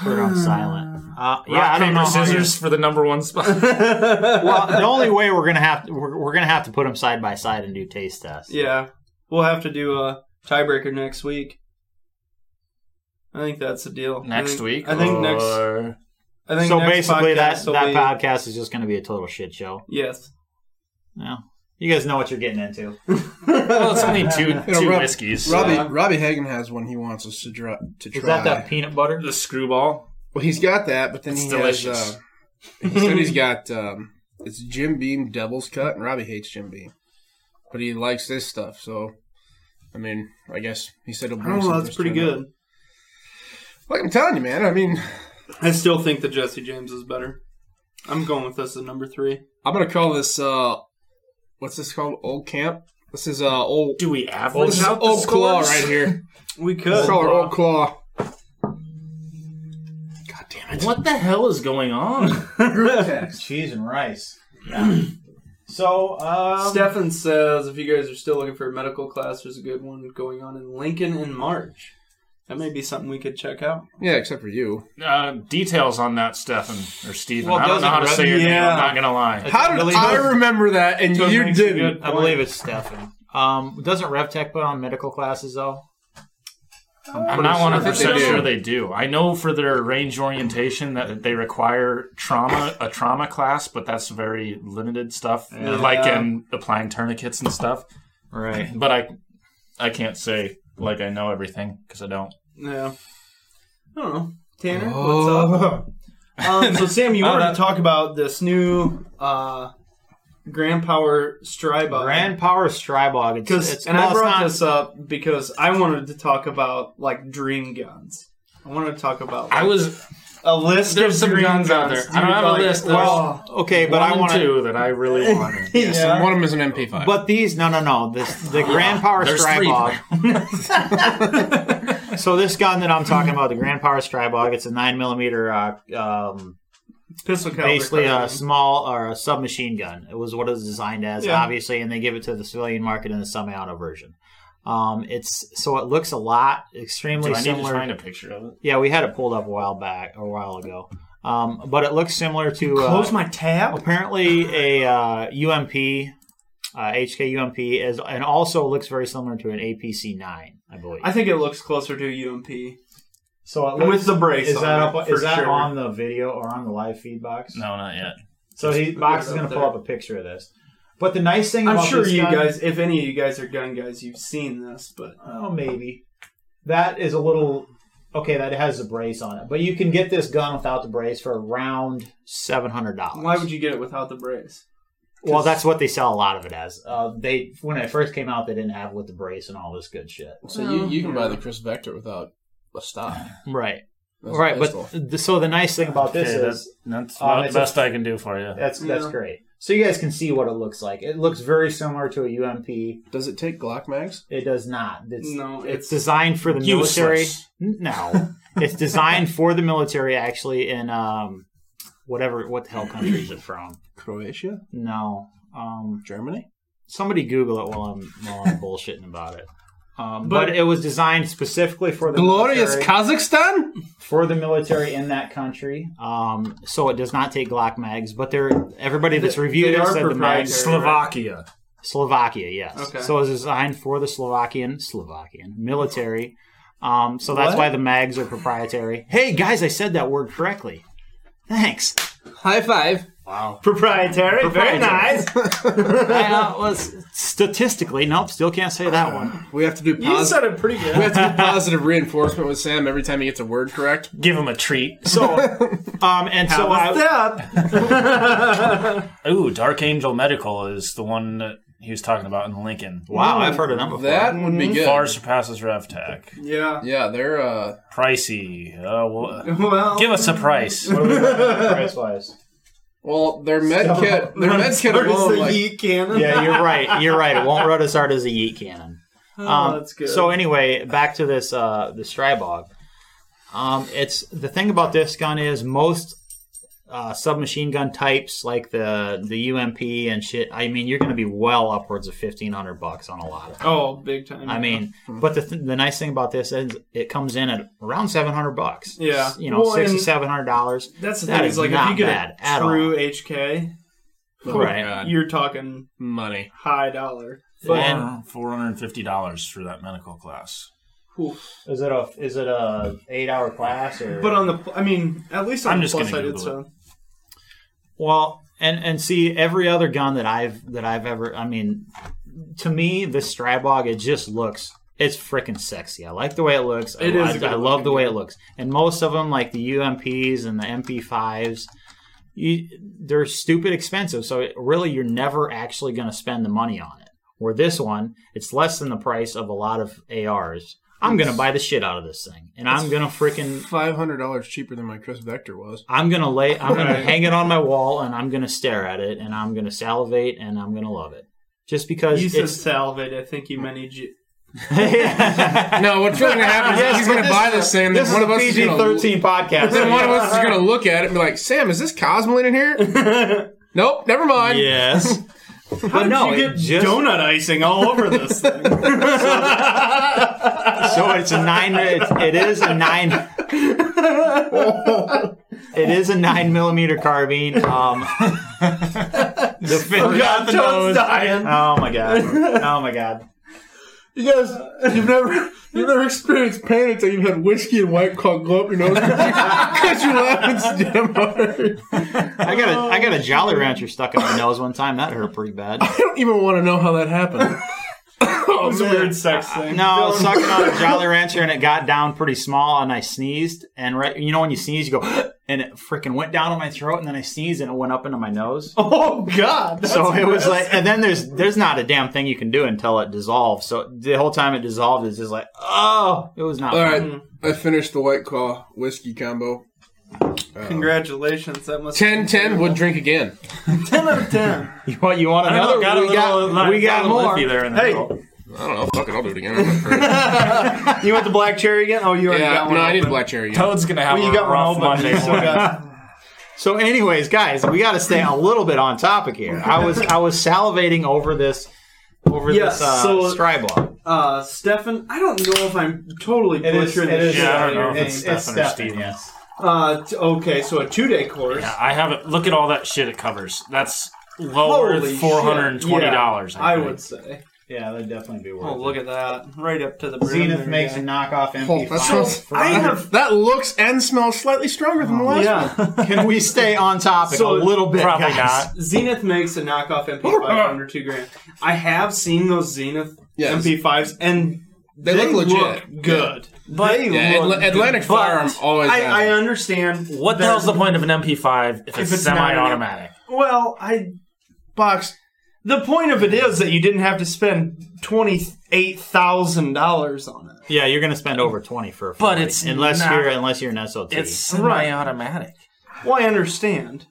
S2: put it on silent. Uh, yeah, I
S4: Rock,
S2: don't know.
S4: paper,
S2: how you-
S4: scissors for the number one spot.
S2: well, the only way we're gonna have to, we're, we're gonna have to put them side by side and do taste tests.
S3: Yeah. We'll have to do a tiebreaker next week. I think that's the deal. I
S4: next
S3: think-
S4: week.
S3: I think next
S4: or-
S3: I think
S2: Uh, so
S3: next
S2: basically, that
S3: podcast will
S2: that
S3: be-
S2: podcast is just gonna be a total shit show.
S3: Yes.
S2: Yeah, you guys know what you're getting into.
S4: Well, it's only two
S1: You know,
S4: two
S1: Rob-
S4: whiskeys.
S1: Robbie
S3: Yeah.
S1: Robbie Hagen has one he wants us to, dr- to try.
S2: Is that that peanut butter?
S4: um, the screwball.
S1: Well, he's got that, but then
S4: It's
S1: he
S4: delicious.
S1: has. Uh, he said he's got. Um, it's Jim Beam Devil's Cut, and Robbie hates Jim Beam, but he likes this stuff. So, I mean, I guess he said he'll
S3: I
S1: bring.
S3: don't
S4: Oh,
S3: know,
S1: some
S3: that's
S1: for us
S3: pretty
S1: to try
S3: good.
S1: out. Like I'm telling you, man. I mean,
S3: I still think that Jesse James is better. I'm going with this at number three.
S1: I'm gonna call this. uh What's this called? Old Camp. This is uh old.
S4: Do we average
S1: This is
S4: out the
S1: old claw
S4: scores?
S1: right here.
S3: We
S1: Let's
S3: could.
S1: call her old claw. God damn it!
S4: What the hell is going on?
S3: Um,
S2: Cheese and rice. Yeah. so, um,
S3: Stefan says if you guys are still looking for a medical class, there's a good one going on in Lincoln in March. That may be something we could check out.
S1: Yeah, except for you.
S4: uh, details on that, Stefan or Steven.
S2: Well,
S4: I don't know how to
S2: doesn't
S4: say your name.
S3: Yeah.
S4: I'm not gonna lie.
S2: It's
S1: How did
S2: really-
S1: I remember that and
S3: Toad
S1: you
S3: makes a
S1: didn't?
S3: good
S2: I
S3: point.
S2: believe it's Stefan. Um, doesn't RevTech put on medical classes though?
S4: I'm not one hundred
S1: I
S4: percent
S1: think they
S4: sure
S1: do.
S4: they do. I know for their range orientation that they require trauma a trauma class, but that's very limited stuff,
S2: Yeah.
S4: like in applying tourniquets and stuff.
S2: Right.
S4: But I, I can't say like I know everything because I don't.
S3: Yeah. I don't know. Tanner, what's
S2: Oh.
S3: up? Um, so, Sam, you
S4: Oh,
S3: wanted
S4: that-
S3: to talk about this new uh, Grand Power Stribo.
S2: Grand Power Strybog. It's,
S3: Because
S2: it's,
S3: and
S2: well,
S3: I
S2: it's
S3: brought
S2: not-
S3: this up because I wanted to talk about like dream guns. I wanted to talk about
S4: I
S3: like,
S4: was
S3: a list
S4: there's
S3: of
S4: some
S3: dream
S4: guns out there.
S3: guns.
S4: I don't
S3: You'd
S4: have
S3: be
S4: a
S3: like,
S4: list. There's
S3: Well,
S2: okay, but
S4: one
S2: I
S4: and
S2: want
S4: two that I really wanted.
S1: Yes, and one of them is an MP5.
S2: But these, no, no, no. This, the Grand Power
S4: There's three.
S2: Strybog. so this gun that I'm talking about, the Grand Power Strybog, it's a nine millimeter, uh, um,
S3: pistol caliber
S2: basically a
S4: uh,
S3: cartridge.
S2: small or a submachine gun. It was what it was designed as,
S3: Yeah.
S2: obviously, and they give it to the civilian market in the semi-auto version. Um, it's so it looks a lot extremely
S4: Do I need to
S2: similar.
S4: find a picture of it?
S2: yeah, we had it pulled up a while back, a while ago. Um, but it looks similar to uh,
S3: Close my tab.
S2: apparently a uh, UMP, uh, HK UMP is, and also looks very similar to an APC nine, I believe.
S3: I think it looks closer to UMP.
S2: so it
S3: With the brace
S2: Is
S3: on
S2: that
S3: it,
S2: up?
S3: for
S2: Is that
S3: sure.
S2: on the video or on the live feed box?
S4: No, not yet.
S2: So he box is
S3: Put it
S2: going
S3: up
S2: to pull
S3: there.
S2: up a picture of this. But the nice thing
S3: I'm
S2: about
S3: sure
S2: this
S3: you
S2: gun-
S3: guys, if any of you guys are gun guys, you've seen this, but uh,
S2: Oh, maybe. That is a little okay. That has a brace on it, but you can get this gun without the brace for around seven hundred dollars.
S3: why would you get it without the brace?
S2: Well, that's what they sell a lot of it as. Uh, they when it first came out, they didn't have it with the brace and all this good shit.
S1: so you, you
S3: Oh.
S1: can buy the Chris Vector without a stop.
S2: Right,
S1: That's a
S2: right.
S1: pistol.
S2: But the, so the nice thing about this
S4: Okay,
S2: is
S4: That's
S2: Um,
S4: about
S2: it's
S4: the
S2: a-
S4: best I can do for you.
S2: that's that's
S3: Yeah.
S2: great. So you guys can see what it looks like. It looks very similar to a UMP.
S1: does it take Glock mags?
S2: It does not. It's,
S3: No,
S2: it's,
S3: it's
S2: designed for the military.
S4: Useless.
S2: N- No, it's designed for the military. Actually, in um, whatever what the hell country is it from?
S1: Croatia,
S2: No, um,
S1: Germany.
S2: somebody Google it while I'm while I'm bullshitting about it. Um, but,
S3: But-
S2: it was designed specifically for the
S1: Glorious
S2: military,
S1: Kazakhstan.
S2: for the military in that country. Um, so it does not take Glock mags, but they're everybody that's
S3: They-
S2: reviewed
S3: they
S2: it
S3: are
S2: said the mags
S3: proprietary.
S4: Slovakia.
S2: Slovakia, yes.
S3: Okay.
S2: So it was designed for the Slovakian Slovakian military. Um, so that's why the mags are proprietary. Hey guys, I said that word correctly. Thanks.
S1: High five.
S2: Proprietary,
S3: Very nice.
S2: I, uh, was statistically, nope, still can't say that one.
S1: We have to do
S3: You
S1: positive.
S3: said it pretty
S1: We
S3: good.
S1: have to do positive reinforcement with Sam every time he gets a word correct.
S4: Give him a treat.
S2: So, um, and so I,
S4: Ooh, Dark Angel Medical is the one that he was talking about in Lincoln.
S2: wow, I've heard of them before.
S1: That would
S3: Mm-hmm.
S1: be good.
S4: Far surpasses RevTech.
S3: Yeah.
S1: Yeah, they're uh,
S4: Pricey. Uh, well,
S3: Well,
S4: give us a price.
S2: price wise.
S1: well, their med kit, their med kit
S3: Or is
S1: alone,
S3: the
S1: like
S3: yeet cannon?
S2: Yeah, you're right. You're right. It won't run as hard as a yeet cannon.
S3: Oh,
S2: Um,
S3: that's good.
S2: So anyway, back to this uh, the Strybog. Um, it's the thing about this gun is most uh, submachine gun types like the the UMP and shit. I mean, you're going to be well upwards of fifteen hundred bucks on a lot of. Them.
S3: oh, big time.
S2: I mean,
S3: Mm-hmm.
S2: but the th- the nice thing about this is it comes in at around seven hundred bucks.
S3: Yeah.
S2: you know,
S3: Well, and-
S2: sixty seven hundred dollars.
S3: that's the
S2: that
S3: thing.
S2: is
S3: Is like if
S2: not
S3: you get
S2: bad
S3: a
S2: at
S3: true HK,
S1: oh my
S2: Right.
S1: God,
S3: you're talking
S1: money.
S3: high dollar.
S4: Four- $450 for that medical class.
S2: Is it a is it a eight hour class or?
S3: But on the, pl- I mean, at least on
S4: I'm
S3: the
S4: just
S3: plus uh,
S4: gonna
S3: I did
S4: Google
S3: so.
S2: Well, and and see every other gun that I've that I've ever. I mean, to me, the Strybog it just looks it's freaking sexy. I like the way it looks.
S3: It
S2: I,
S3: is a
S2: I-
S3: good
S2: I love
S3: looking
S2: the way it looks. And most of them, like the UMPs and the MP5s, you, they're stupid expensive. So it, really, you're never actually going to spend the money on it. Where this one, it's less than the price of a lot of ARs. I'm gonna buy the shit out of this thing, and I'm gonna freaking
S1: Five hundred dollars cheaper than my Chris Vector was.
S2: I'm gonna lay. I'm gonna
S3: Right.
S2: hang it on my wall, and I'm gonna stare at it, and I'm gonna salivate, and I'm gonna love it, just because
S3: You said
S2: it's.
S3: salivate. I think you meant E G-
S1: No, what's really gonna happen is he's gonna buy this thing, and then
S2: this
S1: one
S2: is
S1: of us is
S2: PG
S1: gonna
S2: thirteen podcast.
S1: then one of us is gonna look at it and be like, "Sam, is this Cosmoline in here?" nope, never mind.
S2: yes,
S3: How did
S2: no,
S3: you
S2: it
S3: get
S2: just-
S3: donut icing all over this thing?
S2: so it's a nine. It's, it is a nine. It is a nine millimeter carbine. Um, the
S4: Got
S3: John's
S4: the nose.
S3: dying.
S2: Oh my god! Oh my god!
S1: You guys, you've never you've never experienced pain until you've had whiskey and white claw go up your nose because you're laughing so damn hard.
S2: I got a I got a Jolly Rancher stuck in my nose one time. That hurt pretty bad.
S1: I don't even want to know how that happened. Oh,
S3: It was a weird sex thing.
S2: No, I was
S3: Dylan-
S2: sucking on a Jolly Rancher and it got down pretty small and I sneezed and right you know when you sneeze you go and it freaking went down on my throat and then I sneezed and it went up into my nose.
S3: Oh God! that's
S2: so it was
S3: impressive.
S2: like and then there's there's not a damn thing you can do until it dissolves. So the whole time it dissolved it's just like oh it was not
S1: All
S2: fun.
S1: right, I finished the white claw whiskey combo.
S3: Congratulations, that must
S1: 10 10 would drink again.
S3: ten out of ten.
S2: You want you want
S4: I
S2: another?
S4: know, got a
S2: we
S4: little,
S2: got,
S4: got,
S2: we got more.
S4: Lithium there in the
S3: Hey.
S4: middle.
S1: I don't know. Fuck it, I'll do it again. I'm not afraid.
S3: You want the black cherry again? Oh, you already
S1: yeah,
S3: got one.
S1: no, I need a
S3: open.
S1: black cherry. again.
S4: Toad's gonna have
S3: Well, you
S4: a
S3: got one
S4: rough
S3: open.
S4: Monday
S3: You still
S4: morning.
S3: got-
S2: So, anyways, guys, we got to stay a little bit on topic here. I was I was salivating over this over
S3: Yeah,
S2: this uh,
S3: so-
S2: Stryblaw.
S3: uh, Stefan. I don't know if I'm totally butchering the shit
S4: Yeah, I
S3: out of
S4: don't know
S3: uh, your
S4: if
S3: name.
S4: it's Stefan or
S3: Stefan.
S4: Steven.
S3: Uh, t- okay, so a two-day course.
S4: Yeah, I haven't. Look at all that shit it covers. That's lower
S3: Holy
S4: four hundred and twenty dollars.
S3: shit. Yeah, I would say.
S2: Yeah, that'd definitely be worth
S3: Oh, look at that! Right up to the brim
S2: Zenith
S3: there,
S2: makes
S3: guy.
S2: a knockoff
S1: Oh,
S2: MP5.
S1: that smells.
S3: I have- Oh,
S1: that looks and smells slightly stronger than the last one.
S3: Yeah,
S2: Can we stay on topic
S3: So-
S2: a little bit?
S4: Probably
S2: guys?
S4: not.
S3: Zenith makes a knockoff MP5 under two grand. I have seen those Zenith
S1: Yes.
S3: MP5s, and
S1: They look legit.
S3: look good.
S4: But
S3: They
S1: Yeah,
S3: look
S1: Atl- Atlantic
S3: good,
S1: Firearm
S3: but
S1: always
S3: I,
S1: has
S3: I
S1: it.
S3: understand
S4: what the
S3: that-
S4: hell's the point of an MP5 if it's,
S3: it's not an-
S4: semi-automatic?
S3: Well, I
S1: Box.
S3: the point of it is that you didn't have to spend twenty eight thousand dollars on it.
S2: Yeah, you're gonna spend over twenty for. A
S4: But
S2: Ferrari,
S4: it's
S2: unless
S4: not-
S2: you're unless you're an SOT.
S4: It's
S3: Right.
S4: semi-automatic.
S3: Well, I understand,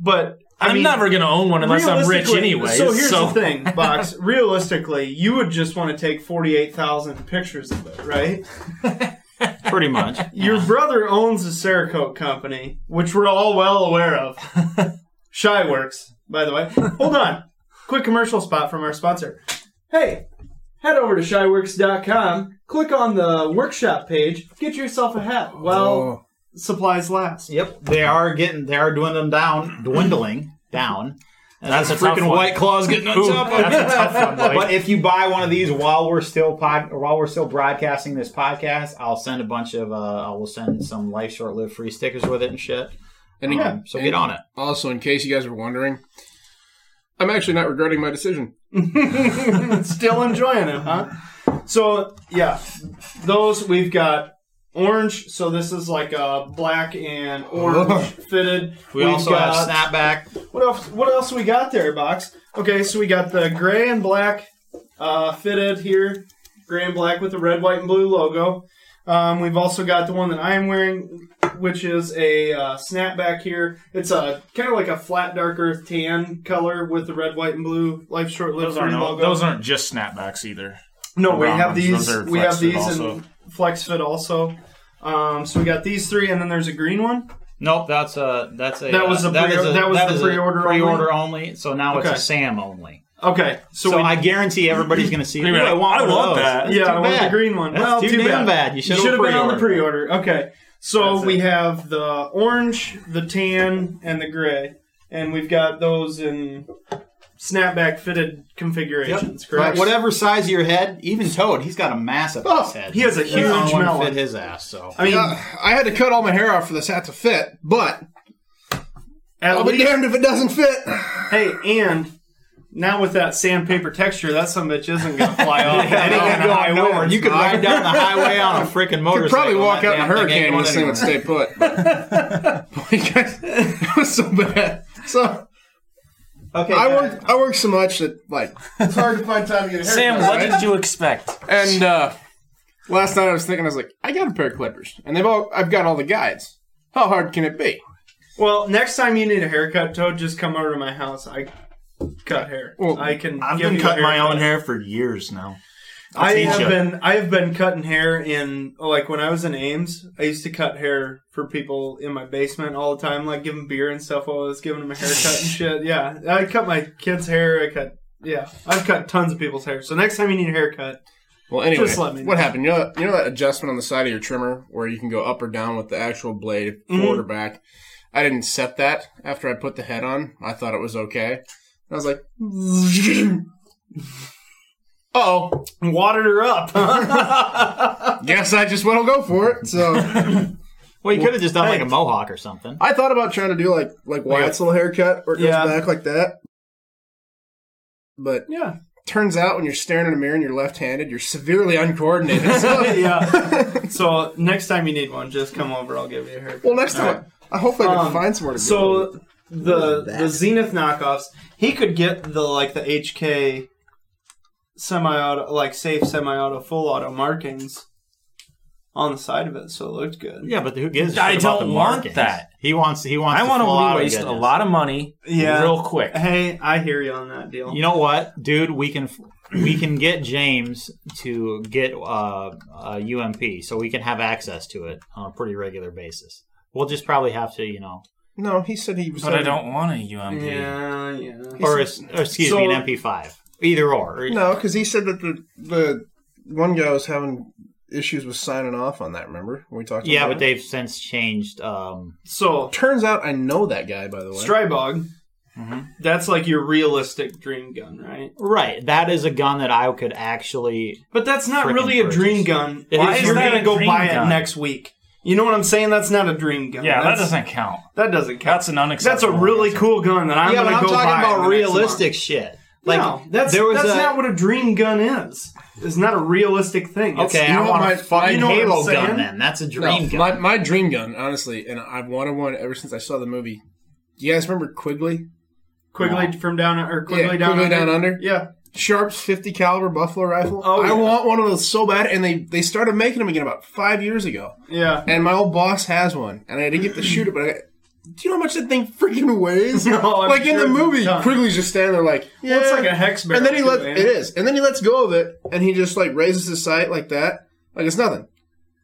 S3: but I
S4: I'm
S3: mean,
S4: never gonna own one unless I'm rich
S3: realistically-
S4: anyway.
S3: So here's the thing, Box. Realistically, you would just want to take forty eight thousand pictures of it, right?
S2: pretty much.
S3: Your brother owns a Cerakote company, which we're all well aware of. Shy Works, by the way. Hold on. Quick commercial spot from our sponsor. Hey, head over to shyworks.com, click on the workshop page, get yourself a hat while
S1: Oh.
S3: supplies last.
S2: Yep, they are getting they are dwindling down, dwindling down. And
S4: That's a tough
S2: freaking
S4: one.
S2: white claws getting on
S4: Ooh,
S2: top of
S4: that's a tough one,
S2: it.
S4: buddy.
S2: But if you buy one of these while we're still pod, while we're still broadcasting this podcast, I'll send a bunch of uh, I will send some life short live free stickers with it and shit.
S1: And
S2: Um,
S1: again,
S2: so get on it.
S1: Also, in case you guys were wondering, I'm actually not regretting my decision.
S3: Still enjoying it, huh? So, yeah, those we've got orange. So, this is like a black and orange fitted.
S2: Oh. We
S3: We've
S2: also
S3: got-
S2: have snapback.
S3: What else? What else we got there, box? Okay, so we got the gray and black uh, fitted here, gray and black with the red, white, and blue logo. Um, we've also got the one that I'm wearing, which is a uh, snapback here. It's a kind of like a flat, darker tan color with the red, white, and blue life short lived
S4: those
S3: free
S4: aren't
S3: logo.
S4: those aren't just snapbacks either.
S3: no, we
S4: round
S3: have
S4: ones.
S3: these.
S4: Those are
S3: We
S4: flex
S3: have
S4: fit
S3: these
S4: also.
S3: in flex fit also. Um, so we got these three, and then there's a green one.
S2: Nope, that's a that's a
S3: That was
S2: uh,
S3: the pre- that was the
S2: is a
S3: pre-order only?
S2: pre-order only. So now
S3: Okay.
S2: it's a Sam only.
S3: Okay, so,
S2: So,
S3: we,
S2: I guarantee everybody's going to see. it.
S4: You're
S2: Ooh,
S4: like,
S2: I want,
S4: I
S2: one of
S4: want
S2: those.
S4: that.
S2: That's
S3: yeah,
S2: too
S3: I want the
S2: bad.
S3: green one.
S2: That's
S3: well,
S2: too
S3: too,
S2: damn bad. You should've
S3: should've been on the
S2: pre-ordered.
S3: pre-order. Okay, so
S4: That's it.
S3: we have the orange, the tan, and the gray, and we've got those in snapback fitted configurations.
S2: But
S3: Correct.
S2: whatever size of your head, even Toad, he's got a massive
S3: Oh,
S2: ass head.
S3: he has a
S2: There's no
S3: huge
S2: one
S3: melon.
S2: fit his ass. So
S3: I mean,
S1: Uh, I had to cut all my hair off for this hat to fit, but
S3: at
S1: I'll be
S3: least,
S1: damned if it doesn't fit.
S3: hey, and now with that sandpaper texture, that some bitch isn't gonna fly off.
S2: Yeah,
S3: It ain't
S2: no,
S3: gonna
S2: no,
S3: fly
S2: no,
S3: nowhere.
S2: You could ride down the highway on a freaking motorcycle.
S1: Could probably walk
S2: that
S1: out in a
S2: damn thing ain't
S1: hurricane and
S2: going
S1: this thing would
S2: anywhere.
S1: stay put. Boy, you guys, it was so bad. So
S2: Okay,
S1: I
S2: guys.
S1: worked. I worked so much that like it's hard to find time to get a haircut.
S4: Sam, what
S1: right?
S4: did you expect?
S1: And uh, last night I was thinking, I was like, I got a pair of clippers, and they've all. I've got all the guides. How hard can it be?
S3: Well, next time you need a haircut, Toad, just come over to my house. I cut hair.
S1: Well,
S3: I can.
S4: I've
S3: give
S4: been
S3: you a
S4: cutting my
S3: haircut.
S4: own hair for years now.
S3: I
S4: teach
S3: have
S4: ya.
S3: been I have been cutting hair in like when I was in Ames, I used to cut hair for people in my basement all the time, like give them beer and stuff while I was giving them a haircut and shit. Yeah, I cut my kids' hair. I cut yeah, I've cut tons of people's hair. So next time you need a haircut,
S1: Well, anyway,
S3: Just let me know.
S1: what happened? You know, you know that adjustment on the side of your trimmer where you can go up or down with the actual blade,
S3: Mm-hmm.
S1: forward or back. I didn't set that after I put the head on. I thought it was okay. I was like,
S2: Oh, watered her up.
S1: Guess I just what'll go for it. So
S2: well, you could have just done like a
S1: Thanks.
S2: mohawk or something.
S1: I thought about trying to do like like Wyatt's little haircut where it goes
S3: Yeah.
S1: back like that. But
S3: Yeah.
S1: turns out when you're staring in a mirror and you're left-handed, you're severely uncoordinated. So-
S3: yeah. So next time you need one, just come over. I'll give you a haircut.
S1: Well, next time, I hopefully I can
S3: Um,
S1: find somewhere to go.
S3: So the
S1: What is that?
S3: the Zenith knockoffs, he could get the like the HK semi-auto, like safe semi-auto, full auto markings on the side of it, so it looked good.
S2: Yeah, but who gives? A
S4: I
S2: shit about
S4: don't
S2: the
S4: want
S2: markings?
S4: that.
S2: He wants. He wants.
S4: I
S2: the
S4: want
S2: full
S4: to
S2: auto
S4: waste a
S2: goodness.
S4: lot of money
S3: Yeah.
S4: real quick.
S3: Hey, I hear you on that deal.
S2: You know what, dude? We can we can get James to get uh, a UMP, so we can have access to it on a pretty regular basis. We'll just probably have to, you know,
S1: no, he said he was.
S4: But I don't want a UMP.
S3: yeah, yeah.
S2: or, is- or excuse me, an MP5, either or. or-
S1: No, because he said that the the one guy was having issues with signing off on that. Remember when we talked?
S2: Yeah,
S1: about
S2: but
S1: it?
S2: they've since changed. Um,
S3: So
S1: Turns out I know that guy by the way.
S3: Strybog,
S4: Mhm.
S3: that's like your realistic dream gun, right?
S2: right, that is a gun that I could actually.
S3: But that's not
S2: Frickin'
S3: really a
S2: purchase.
S3: dream gun.
S2: It
S3: Why
S2: is
S3: is you're
S2: not
S3: gonna
S4: a
S3: go
S4: dream
S3: buy it
S4: gun.
S3: next week? You know what I'm saying? That's not a dream gun.
S4: Yeah, that
S3: That's-
S4: doesn't count.
S3: That doesn't count.
S4: That's an
S3: That's a
S4: unacceptable.
S3: really cool gun that I'm
S2: yeah, but
S3: gonna
S2: I'm
S3: go buy.
S2: talking
S3: in
S2: about
S3: the next
S2: realistic
S3: month.
S2: shit. Like
S3: Like that's
S2: there was
S3: that's
S2: a,
S3: not what a dream gun is. It's not a realistic thing. It's-
S2: okay.
S1: you know
S2: I
S1: what my-
S2: want a fucking
S1: you know what I'm
S2: Halo gun.
S3: saying?
S2: Then that's a
S1: No,
S2: dream gun.
S1: my my dream gun, honestly, and I've wanted one ever since I saw the movie. You guys remember Quigley?
S3: Quigley from down or quickly
S1: Yeah,
S3: down
S1: Quigley
S3: under.
S1: Down Under.
S3: Yeah,
S1: Sharp's 50 caliber Buffalo rifle.
S3: Oh, yeah.
S1: I want one of those so bad, and they they started making them again about five years ago.
S3: yeah.
S1: And my old boss has one, and I didn't get to shoot it, but I. Do you know how much that thing freaking weighs?
S3: No, I'm
S1: like in
S3: sure
S1: the
S3: it's a
S1: movie,
S3: ton.
S1: Quigley's just standing there, like yeah,
S3: Well, it's like a hex barrel.
S1: and then he
S3: too,
S1: lets
S3: man.
S1: it is, and then he lets go of it, and he just like raises his sight like that, like it's nothing.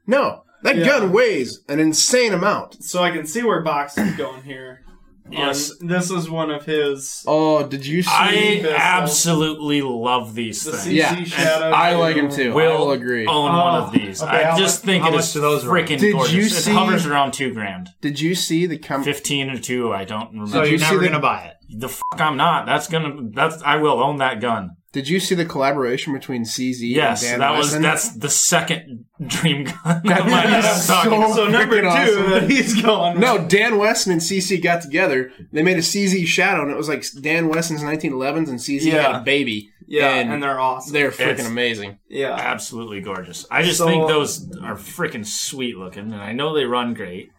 S1: No, that
S3: Yeah.
S1: gun weighs an insane amount.
S3: So I can see where Box is going here.
S4: Yes.
S3: On- this is one of his
S1: Oh, did you see?
S4: I
S3: This, uh,
S4: absolutely love these
S3: the
S4: things.
S3: CC
S1: Yeah, and
S3: shadow.
S1: I like him too.
S4: Will
S1: I will agree.
S4: own one
S3: Oh,
S4: of these.
S2: okay, how
S4: I just
S2: much-
S4: think
S2: how
S4: it
S2: much
S4: is
S2: do those run?
S4: freaking
S1: Did
S4: gorgeous.
S1: you
S4: it
S1: see-
S4: hovers around two grand,
S1: Did you see the com-
S4: fifteen or two. I don't remember.
S2: So
S1: Did
S2: you're
S1: you see
S2: never
S1: the-
S2: gonna buy it.
S4: the f- I'm not. That's gonna. That's I will own that gun.
S1: Did you see the collaboration between CZ?
S4: Yes,
S1: and Dan
S4: that was
S1: Wesson?
S4: that's the second dream gun. of mine
S1: is
S4: that I'm talking
S1: so-
S4: about.
S3: So number
S1: Freaking
S3: two
S1: awesome.
S3: that he's going. with.
S1: No, Dan Wesson and CC got together. They made a CZ shadow, and it was like Dan Weston's 1911s, and CZ had
S3: Yeah.
S1: a baby.
S3: Yeah,
S1: and,
S3: and, they're awesome.
S1: they're freaking
S4: It's-
S1: amazing.
S3: yeah.
S4: absolutely gorgeous. I just
S3: So-
S4: think those are freaking sweet looking, and I know they run great.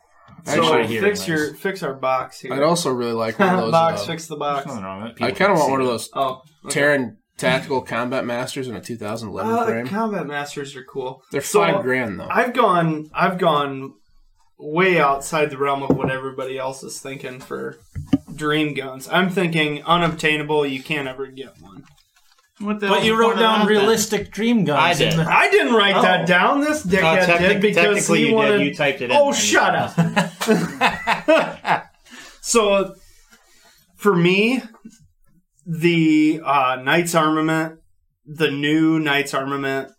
S1: So,
S4: That's what I
S3: So
S4: hear
S3: fix
S4: anyways.
S3: your fix our box here.
S1: I'd also really like one of those.
S3: box,
S1: uh,
S3: fix the
S4: There's
S3: box.
S4: nothing wrong with
S1: I
S4: it.
S1: kind of
S4: People can
S1: want
S4: see
S1: one of
S4: it.
S1: those
S3: Oh, okay.
S1: Terran Tactical Combat Masters in a 2011
S3: Uh,
S1: frame.
S3: Combat masters are cool.
S1: They're
S3: So,
S1: five grand though.
S3: I've gone. I've gone way outside the realm of what everybody else is thinking for dream guns. I'm thinking unobtainable. You can't ever get one.
S2: What the
S4: But
S2: hell
S4: you
S2: is
S4: wrote
S2: going on
S4: down
S2: then?
S4: realistic dream guns.
S2: I did.
S4: And
S3: I didn't write that down. This dickhead
S2: Oh. Uh, technic-
S3: did because
S2: technically
S3: he
S2: you
S3: wanted.
S2: did. You typed it in.
S3: oh, shut up. so, for me, the uh, Knights armament, the new Knights armament,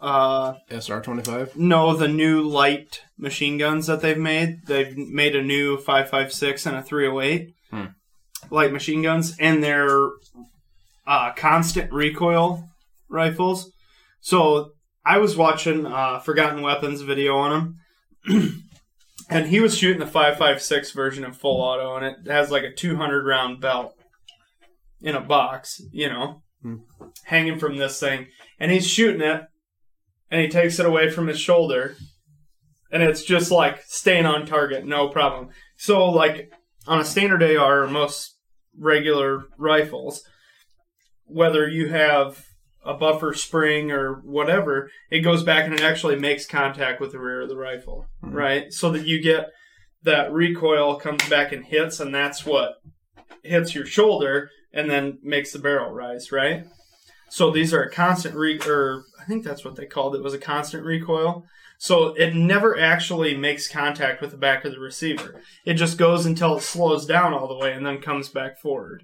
S3: uh,
S1: SR25.
S3: no, the new light machine guns that they've made. They've made a new 5.56 and a 308
S1: Hmm.
S3: light machine guns, and they're uh, constant recoil rifles. So I was watching uh, Forgotten Weapons video on him, and he was shooting the 5.56 version in full auto, and it has like a 200 round belt in a box, you know,
S1: Hmm.
S3: hanging from this thing, and he's shooting it and he takes it away from his shoulder and it's just like staying on target no problem so like on a standard ar or most regular rifles whether you have a buffer spring or whatever it goes back and it actually makes contact with the rear of the rifle
S1: Mhm.
S3: right so that you get that recoil comes back and hits and that's what hits your shoulder and then makes the barrel rise right so these are a constant re or I think that's what they called it was a constant recoil. So it never actually makes contact with the back of the receiver. It just goes until it slows down all the way and then comes back forward.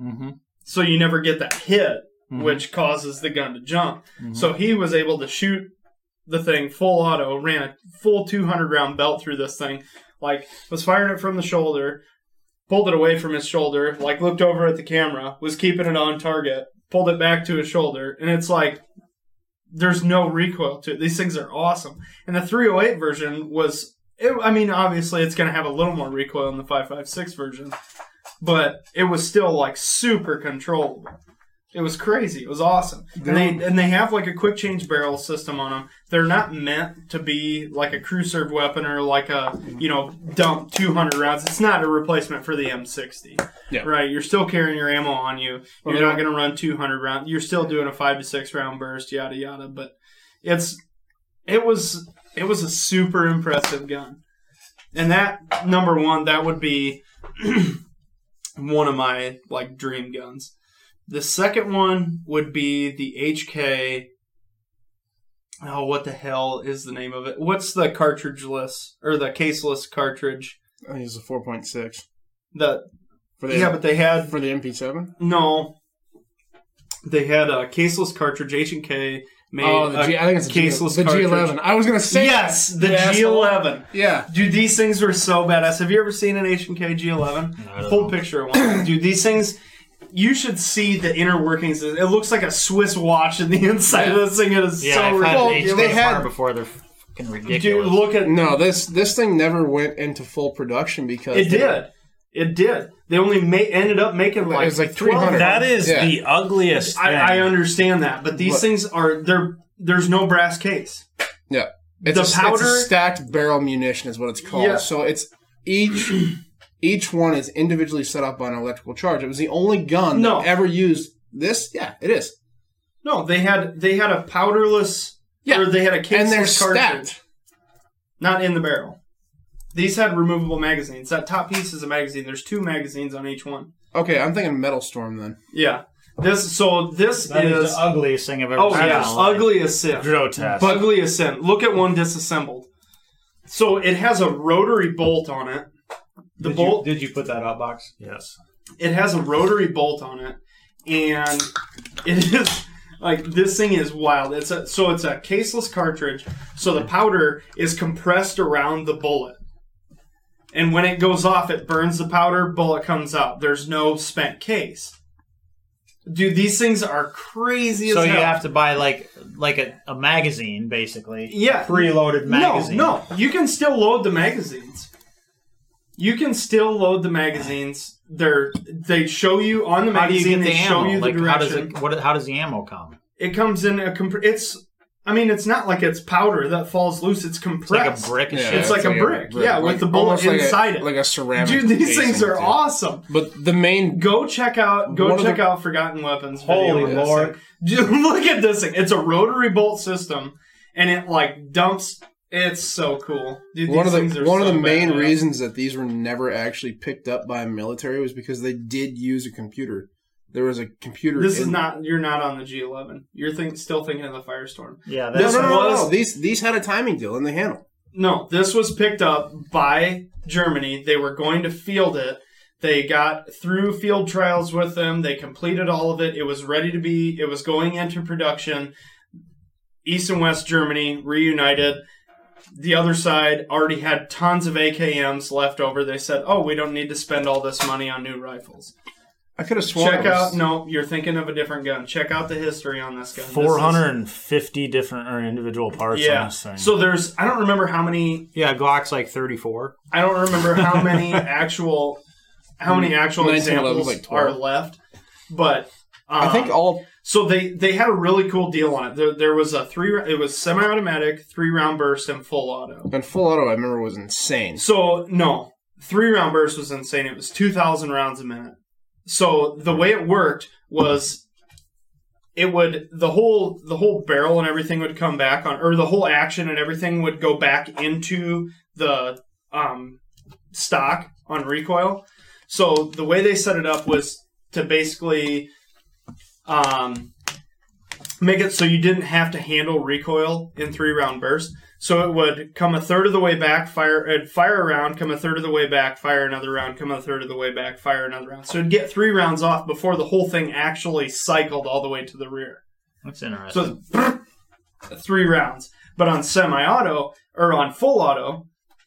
S4: Mhm.
S3: So you never get that hit which causes the gun to jump. So he was able to shoot the thing full auto, ran a full 200 round belt through this thing, like was firing it from the shoulder, pulled it away from his shoulder, like looked over at the camera, was keeping it on target, pulled it back to his shoulder, and it's like there's no recoil to it. These things are awesome. And the 308 version was, it, I mean, obviously it's going to have a little more recoil in the 556 version, but it was still like super controllable. It was crazy. It was awesome. And they and they have like a quick change barrel system on them. They're not meant to be like a crew served weapon or like a you know dump 200 rounds. It's not a replacement for the M60.
S1: Yeah.
S3: Right. You're still carrying your ammo on you.
S1: Well,
S3: You're
S1: they
S3: not going to run 200 rounds. You're still doing a five to six round burst. Yada yada. But it's it was it was a super impressive gun. And that number one, that would be one of my like dream guns. The second one would be the HK. Oh, what the hell is the name of it? What's the cartridgeless or the caseless cartridge?
S1: I think it's a 4.6
S3: The
S1: for the
S3: yeah, but they had
S1: for the MP7.
S3: no. They had a caseless cartridge. H and K made
S1: oh, the
S3: a
S1: G, I think it's a G-
S3: caseless
S1: the
S3: cartridge.
S1: G11. I was gonna say
S3: Yes,
S1: that,
S3: the
S1: you asshole.
S3: G11.
S1: Yeah,
S3: Dude, these things were so badass. Have you ever seen an H and K G11? Full picture of one. Dude, these things. You should see the inner workings. It looks like a Swiss watch in the inside of this thing. It is
S2: Yeah,
S3: so
S2: I've had
S3: ridiculous.
S2: an
S1: well,
S2: H
S1: they
S2: they
S1: had-
S2: before. They're fucking ridiculous.
S3: Dude, look at
S1: no this this thing never went into full production because
S3: it. Did it did? They only ma- ended up making like,
S1: It was like
S3: 12
S1: 300.
S3: That
S5: That is
S1: Yeah.
S5: the ugliest thing.
S3: I, I understand that, but these
S1: What?
S3: things are there. There's no brass case.
S1: Yeah, it's
S3: The
S1: a, it's a
S3: powder-
S1: stacked barrel munition is what it's called.
S3: Yeah.
S1: So it's each each one is individually set up on an electrical charge. It was the only gun
S3: No.
S1: that ever used this. Yeah, it is.
S3: No, they had they had a powderless.
S1: Yeah,
S3: or they had a caseless
S1: and they're
S3: cartridge.
S1: stacked.
S3: not in the barrel. These had removable magazines. That top piece is a magazine. There's two magazines on each one.
S1: Okay, I'm thinking Metal Storm then.
S3: Yeah. This so this
S2: that is,
S3: is
S2: the ugliest thing I've ever
S3: oh
S2: seen. in
S3: yeah,
S2: my life.
S3: ugly as sin.
S4: Grotesque.
S3: Ugly as sin. Look at one disassembled. So it has a rotary bolt on it. The
S2: Did you-
S3: bolt
S2: did you put that out, box?
S4: yes.
S3: it has a rotary bolt on it, and it is like this thing is wild. It's a so it's a caseless cartridge, so the powder is compressed around the bullet, and when it goes off, it burns the powder. Bullet comes out. There's no spent case. Dude, these things are crazy
S2: So
S3: as
S2: you
S3: hell.
S2: have to buy like like a, a magazine, basically.
S3: Yeah.
S2: A preloaded magazine.
S3: No, no, you can still load the magazines. You can still load the magazines. They're they show you on the
S2: How do you get
S3: magazine.
S2: the
S3: they show
S2: ammo?
S3: you the
S2: Like
S3: direction.
S2: how does it? What? How does the ammo come?
S3: it comes in a comp- it's I mean it's not like it's powder that falls loose it's
S2: It's like
S3: compressed
S2: a brick. and
S1: Yeah,
S2: shit.
S3: It's like a brick, yeah, with the bullet
S1: almost like a-
S3: inside it.
S1: like a ceramic.
S3: dude these
S1: casing
S3: things are
S1: too.
S3: awesome
S1: But the main
S3: go check out go
S1: One of
S3: check
S1: the-
S3: out forgotten weapons
S2: Holy
S3: video on this
S2: Lord.
S3: thing. Dude, look at this thing it's a rotary bolt system and it like dumps it's so cool dude
S1: one of
S3: these
S1: the
S3: things are
S1: one of
S3: so
S1: the main
S3: badass.
S1: reasons that these were never actually picked up by military was because they did use a computer. There was a computer.
S3: this is
S1: in-
S3: not you're not on the G11 you're think, still thinking of the Firestorm
S2: yeah.
S1: No,
S2: That's,
S3: this
S1: no, no, no, no.
S3: was-
S1: These these had a timing deal in the handle.
S3: No, this was picked up by Germany. They were going to field it. They got through field trials with them. They completed all of it. It was ready to be, it was going into production. East and West Germany reunited. The other side already had tons of AKMs left over. They said, oh, we don't need to spend all this money on new rifles.
S1: I could have sworn.
S3: Check
S1: it was-
S3: out, no, you're thinking of a different gun. Check out the history on this gun. This is-
S4: 450 different or individual parts on
S3: Yeah.
S4: this thing.
S3: So there's, I don't remember how many
S2: yeah. Glock's like thirty-four.
S3: I don't remember how many actual how many actual
S1: 1911
S3: examples
S1: was like
S3: are
S1: 12.
S3: left, but
S1: I
S3: um,
S1: think all.
S3: so. They they had a really cool deal on it. There, there was a three. It was semi-automatic, three-round burst, and full auto.
S1: And full auto, I remember, was insane.
S3: So no, three-round burst was insane. It was two thousand rounds a minute. So the way it worked was. It would the whole the whole barrel and everything would come back on, or the whole action and everything would go back into the um, stock on recoil. So the way they set it up was to basically um, make it so you didn't have to handle recoil in three round bursts. So it would come a third of the way back, fire, it'd fire a round, come a third of the way back, fire another round, come a third of the way back, fire another round. So it'd get three rounds off before the whole thing actually cycled all the way to the rear.
S2: That's interesting.
S3: So it's three rounds. But on semi auto or on full auto,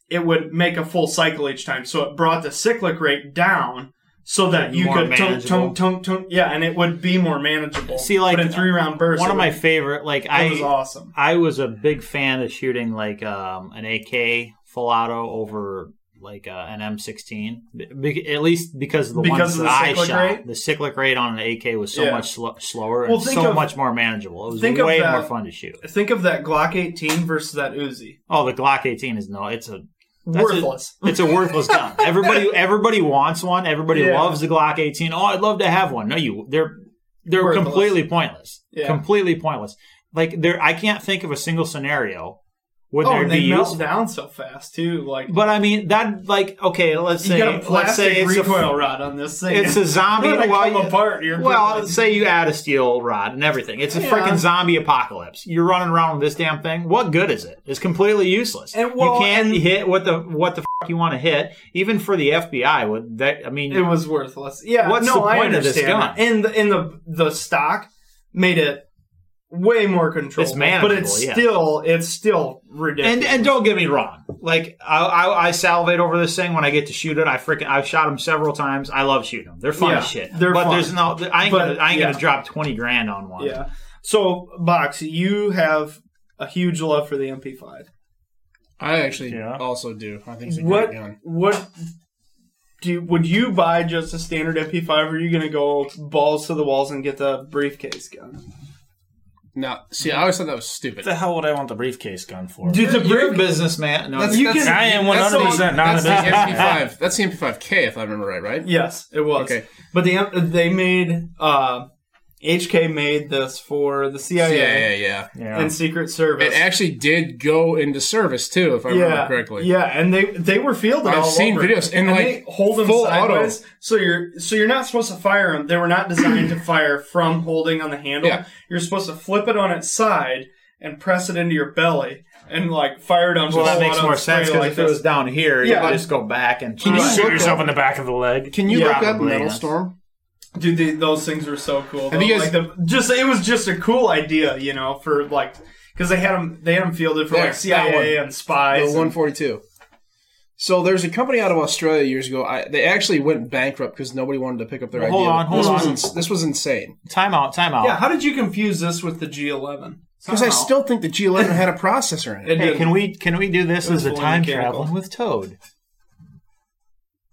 S3: it would make a full cycle each time. So it brought the cyclic rate down so that you
S2: More
S3: could tunk,
S2: manageable.
S3: tunk, tunk, tunk. Yeah, and it would be more manageable.
S2: See, like,
S3: but in three round bursts,
S2: One of
S3: it
S2: my
S3: would-
S2: favorite, like
S3: that
S2: I,
S3: was awesome.
S2: I was a big fan of shooting like um, an AK full auto over like uh, an M16, Be- be- at least because of the
S3: Because
S2: ones
S3: of the
S2: that I
S3: cyclic
S2: shot.
S3: rate?
S2: The cyclic rate on an AK was so
S3: Yeah.
S2: much sl- slower
S3: Well,
S2: and
S3: think
S2: so
S3: of-
S2: much more manageable. It was
S3: think of
S2: way
S3: that-
S2: more fun to shoot.
S3: Think of that Glock 18 versus that Uzi.
S2: Oh, the Glock 18 is no, it's a That's a-
S3: Worthless.
S2: it's a worthless gun. Everybody everybody wants one. Everybody
S3: Yeah.
S2: loves the Glock 18. Oh, I'd love to have one. No, you they're they're
S3: Worthless.
S2: completely pointless.
S3: Yeah.
S2: Completely pointless. Like there I can't think of a single scenario where
S3: oh,
S2: there'd
S3: and they
S2: be
S3: melt
S2: useful.
S3: down so fast too. Like
S2: But I mean that like okay, let's
S3: you
S2: say
S3: got a
S2: let's
S3: plastic
S2: say it's
S3: recoil
S2: a
S3: rod on this thing.
S2: it's a zombie
S3: They're gonna
S2: well,
S3: come
S2: you-
S3: apart here
S2: well,
S3: quickly.
S2: say you add a steel rod and everything. It's a
S3: Yeah.
S2: freaking zombie apocalypse. You're running around with this damn thing. What good is it? It's completely useless.
S3: And, well,
S2: you can't
S3: and-
S2: hit what the what the fuck you want to hit. Even for the FBI, would that I mean
S3: it was worthless. Yeah.
S2: What's
S3: no,
S2: the
S3: I
S2: point of this
S3: understand
S2: gun?
S3: that. And the, and the the stock made it way more controllable.
S2: It's manageable,
S3: but it's
S2: yeah.
S3: still it's still ridiculous.
S2: and and don't get me wrong. Like I, I I salivate over this thing when I get to shoot it. I freaking I've shot them several times. I love shooting them. They're fun
S3: Yeah,
S2: as shit.
S3: they're
S2: but
S3: fun.
S2: there's no I ain't
S3: But,
S2: gonna, I ain't
S3: yeah.
S2: gonna drop twenty grand on one.
S3: yeah. So box, you have a huge love for the MP5.
S1: I actually
S4: Yeah.
S1: also do. I think it's a
S3: What
S1: great gun.
S3: what do you- would you buy just a standard MP5 or are you going to go balls to the walls and get the briefcase gun?
S1: Now, see, I always thought that was stupid.
S4: What the hell would I want the briefcase gun for?
S3: Dude,
S2: You're, you're a businessman. No,
S1: That's-
S3: you
S1: that's-
S3: can-
S4: I am
S1: that's the-
S4: 100% not
S1: That's
S4: a
S1: the
S4: businessman.
S1: MP5. That's the MP5K, if I remember right, right?
S3: Yes, it was.
S1: Okay.
S3: But the M- they made uh, HK made this for the
S1: Yeah,
S3: CIA
S1: yeah, yeah. yeah.
S4: Yeah.
S3: and Secret Service.
S1: It actually did go into service too, if I
S3: yeah,
S1: remember correctly.
S3: yeah, and they they were fielded.
S1: I've
S3: all
S1: seen
S3: over it.
S1: videos, and, like,
S3: they hold them
S1: full auto.
S3: sideways. So you're so you're not supposed to fire them. They were not designed to fire from holding on the handle.
S1: Yeah.
S3: You're supposed to flip it on its side and press it into your belly and like fire it on.
S2: well, that
S3: full
S2: makes
S3: auto
S2: more
S3: spray
S2: sense because
S3: like
S2: if it
S3: this.
S2: was down here, you
S3: Yeah.
S2: could just go back and
S1: Can
S4: You
S1: you
S4: shoot
S1: look
S4: yourself
S1: up-
S4: in the back of the leg.
S1: Can you
S3: Yeah,
S1: look up
S2: probably,
S1: Metal
S2: yes.
S1: Storm?
S3: Dude, they, those things were so cool.
S1: Have
S3: though.
S1: you guys-
S3: like the, just it was just a cool idea, you know, for like because they had them they had them fielded for
S1: There,
S3: like
S1: that
S3: CIA and
S1: The
S3: spies. and-
S1: 142. So there's a company out of Australia years ago. I, they actually went bankrupt because nobody wanted to pick up their
S2: Well,
S1: idea.
S2: hold on, hold
S1: this
S2: on.
S1: Was ins- this was insane
S2: time out, time out.
S3: yeah, how did you confuse this with the G11?
S1: because I still think the G11 had a processor in it.
S3: It
S2: Hey,
S3: didn't.
S2: can we can we do this
S3: It was
S2: as a
S3: fully
S2: time
S3: mechanical.
S2: traveling with Toad?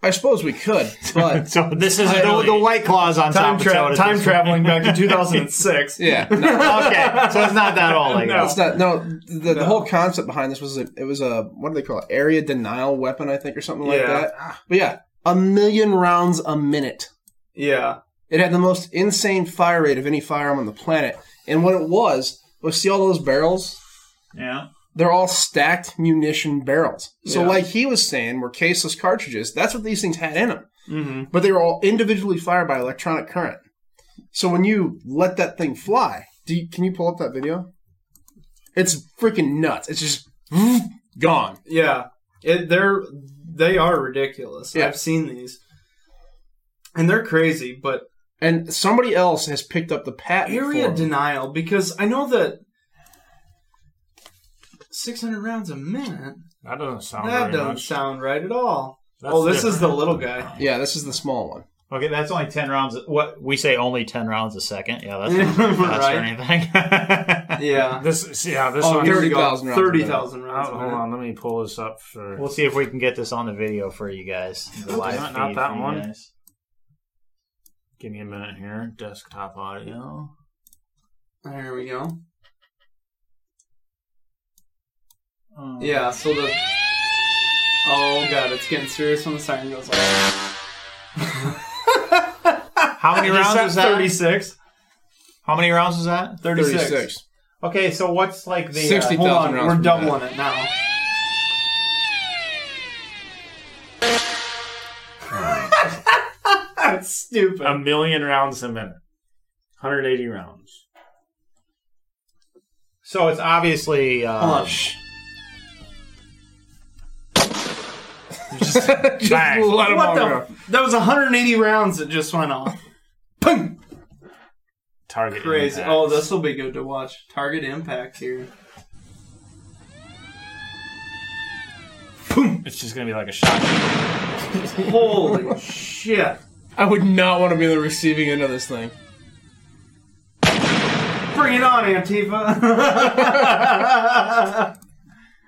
S1: I suppose we could, but
S2: So this is the,
S4: Totally.
S2: the white claws on top
S3: time
S2: of Toad.
S3: tra-
S2: at
S3: time
S2: this
S3: traveling back to 2006.
S1: yeah, no,
S2: point. okay, so it's not that old. I guess.
S1: It's not no. The, the whole concept behind this was a, it was a what do they call it? Area denial weapon, I think, or something like
S3: Yeah.
S1: that. But yeah, a million rounds a minute.
S3: Yeah,
S1: It had the most insane fire rate of any firearm on the planet. And what it was was see all those barrels?
S2: Yeah.
S1: They're all stacked munition barrels. So
S3: Yeah.
S1: like he was saying, were caseless cartridges. That's what these things had in them.
S3: hmm
S1: But they were all individually fired by electronic current. So when you let that thing fly, do you, can you pull up that video? It's freaking nuts. It's just gone.
S3: yeah. It, they're they are ridiculous.
S1: Yeah.
S3: I've seen these, and they're crazy. But
S1: And somebody else has picked up the patent.
S3: area
S1: for them.
S3: denial because I know that 600 rounds a minute.
S4: That doesn't sound
S3: that
S4: very
S3: doesn't
S4: much.
S3: sound right at all.
S4: That's
S3: oh, this is the
S4: different.
S3: little guy.
S1: Yeah, this is the small one.
S2: Okay, that's only ten rounds. What we say, only ten rounds a second. Yeah, that's not fast or
S3: Right.
S2: anything.
S3: Yeah.
S4: This is, yeah, this
S3: Oh,
S4: one.
S3: here we go.
S1: 30,000 rounds a minute.
S3: 30,000 rounds. a
S4: Oh, hold
S3: minute.
S4: on, let me pull this up for.
S2: we'll see if we can get this on the video for you guys. The
S4: Not-
S2: live
S4: not
S2: feed
S4: that
S2: for you
S4: one.
S2: guys.
S4: give me a minute here. Desktop audio.
S3: There we go.
S4: Oh.
S3: Yeah, so the. Oh, God, it's getting serious when the siren goes off.
S2: How many rounds was that?
S3: 36.
S2: How many rounds was that?
S3: 36.
S1: 36.
S2: Okay, so what's like the?
S1: Sixty-
S3: uh, Hold on,
S1: 50,000 rounds
S3: we're
S1: from
S3: doubling it now. That's stupid.
S4: A million rounds a minute. 180 rounds.
S2: so it's obviously. Uh,
S3: Hold on. Shh.
S1: Just
S4: Bang.
S1: let 'em
S3: What
S1: all
S3: the?
S1: go.
S3: That was 180 rounds that just went off. Boom!
S4: Target.
S3: Crazy.
S4: impact.
S3: Oh, this will be good to watch. Target impact here.
S4: It's just going to be like a shot.
S3: Holy shit.
S1: I would not want to be on the receiving end of this thing.
S2: Bring it on, Antifa.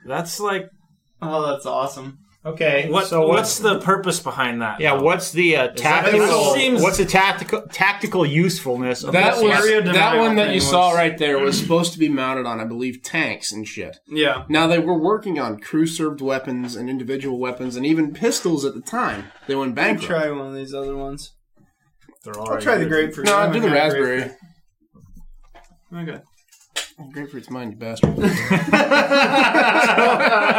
S4: That's like
S3: Oh, that's awesome.
S2: okay.
S4: what?
S2: So
S4: what's the purpose behind that?
S2: Yeah,
S4: though?
S2: what's the uh,
S4: that-
S2: tactical?
S1: that
S4: seems-
S2: what's the tactical tactical usefulness of
S1: That
S2: this?
S3: area
S1: was that
S3: denial
S1: one that
S3: thing
S1: you saw
S3: was-
S1: right there was supposed to be mounted on, I believe, tanks and shit.
S3: Yeah.
S1: Now they were working on crew-served weapons and individual weapons and even pistols at the time. They went
S3: I
S1: bankrupt.
S3: try one of these other ones.
S4: They're
S3: I'll
S4: already
S3: try the
S4: good.
S3: grapefruit.
S1: No,
S3: I
S1: do
S3: haven't
S1: the
S3: had
S1: raspberry.
S3: grapefruit. Okay.
S1: Grapefruit's mine, you bastard.
S4: Oh,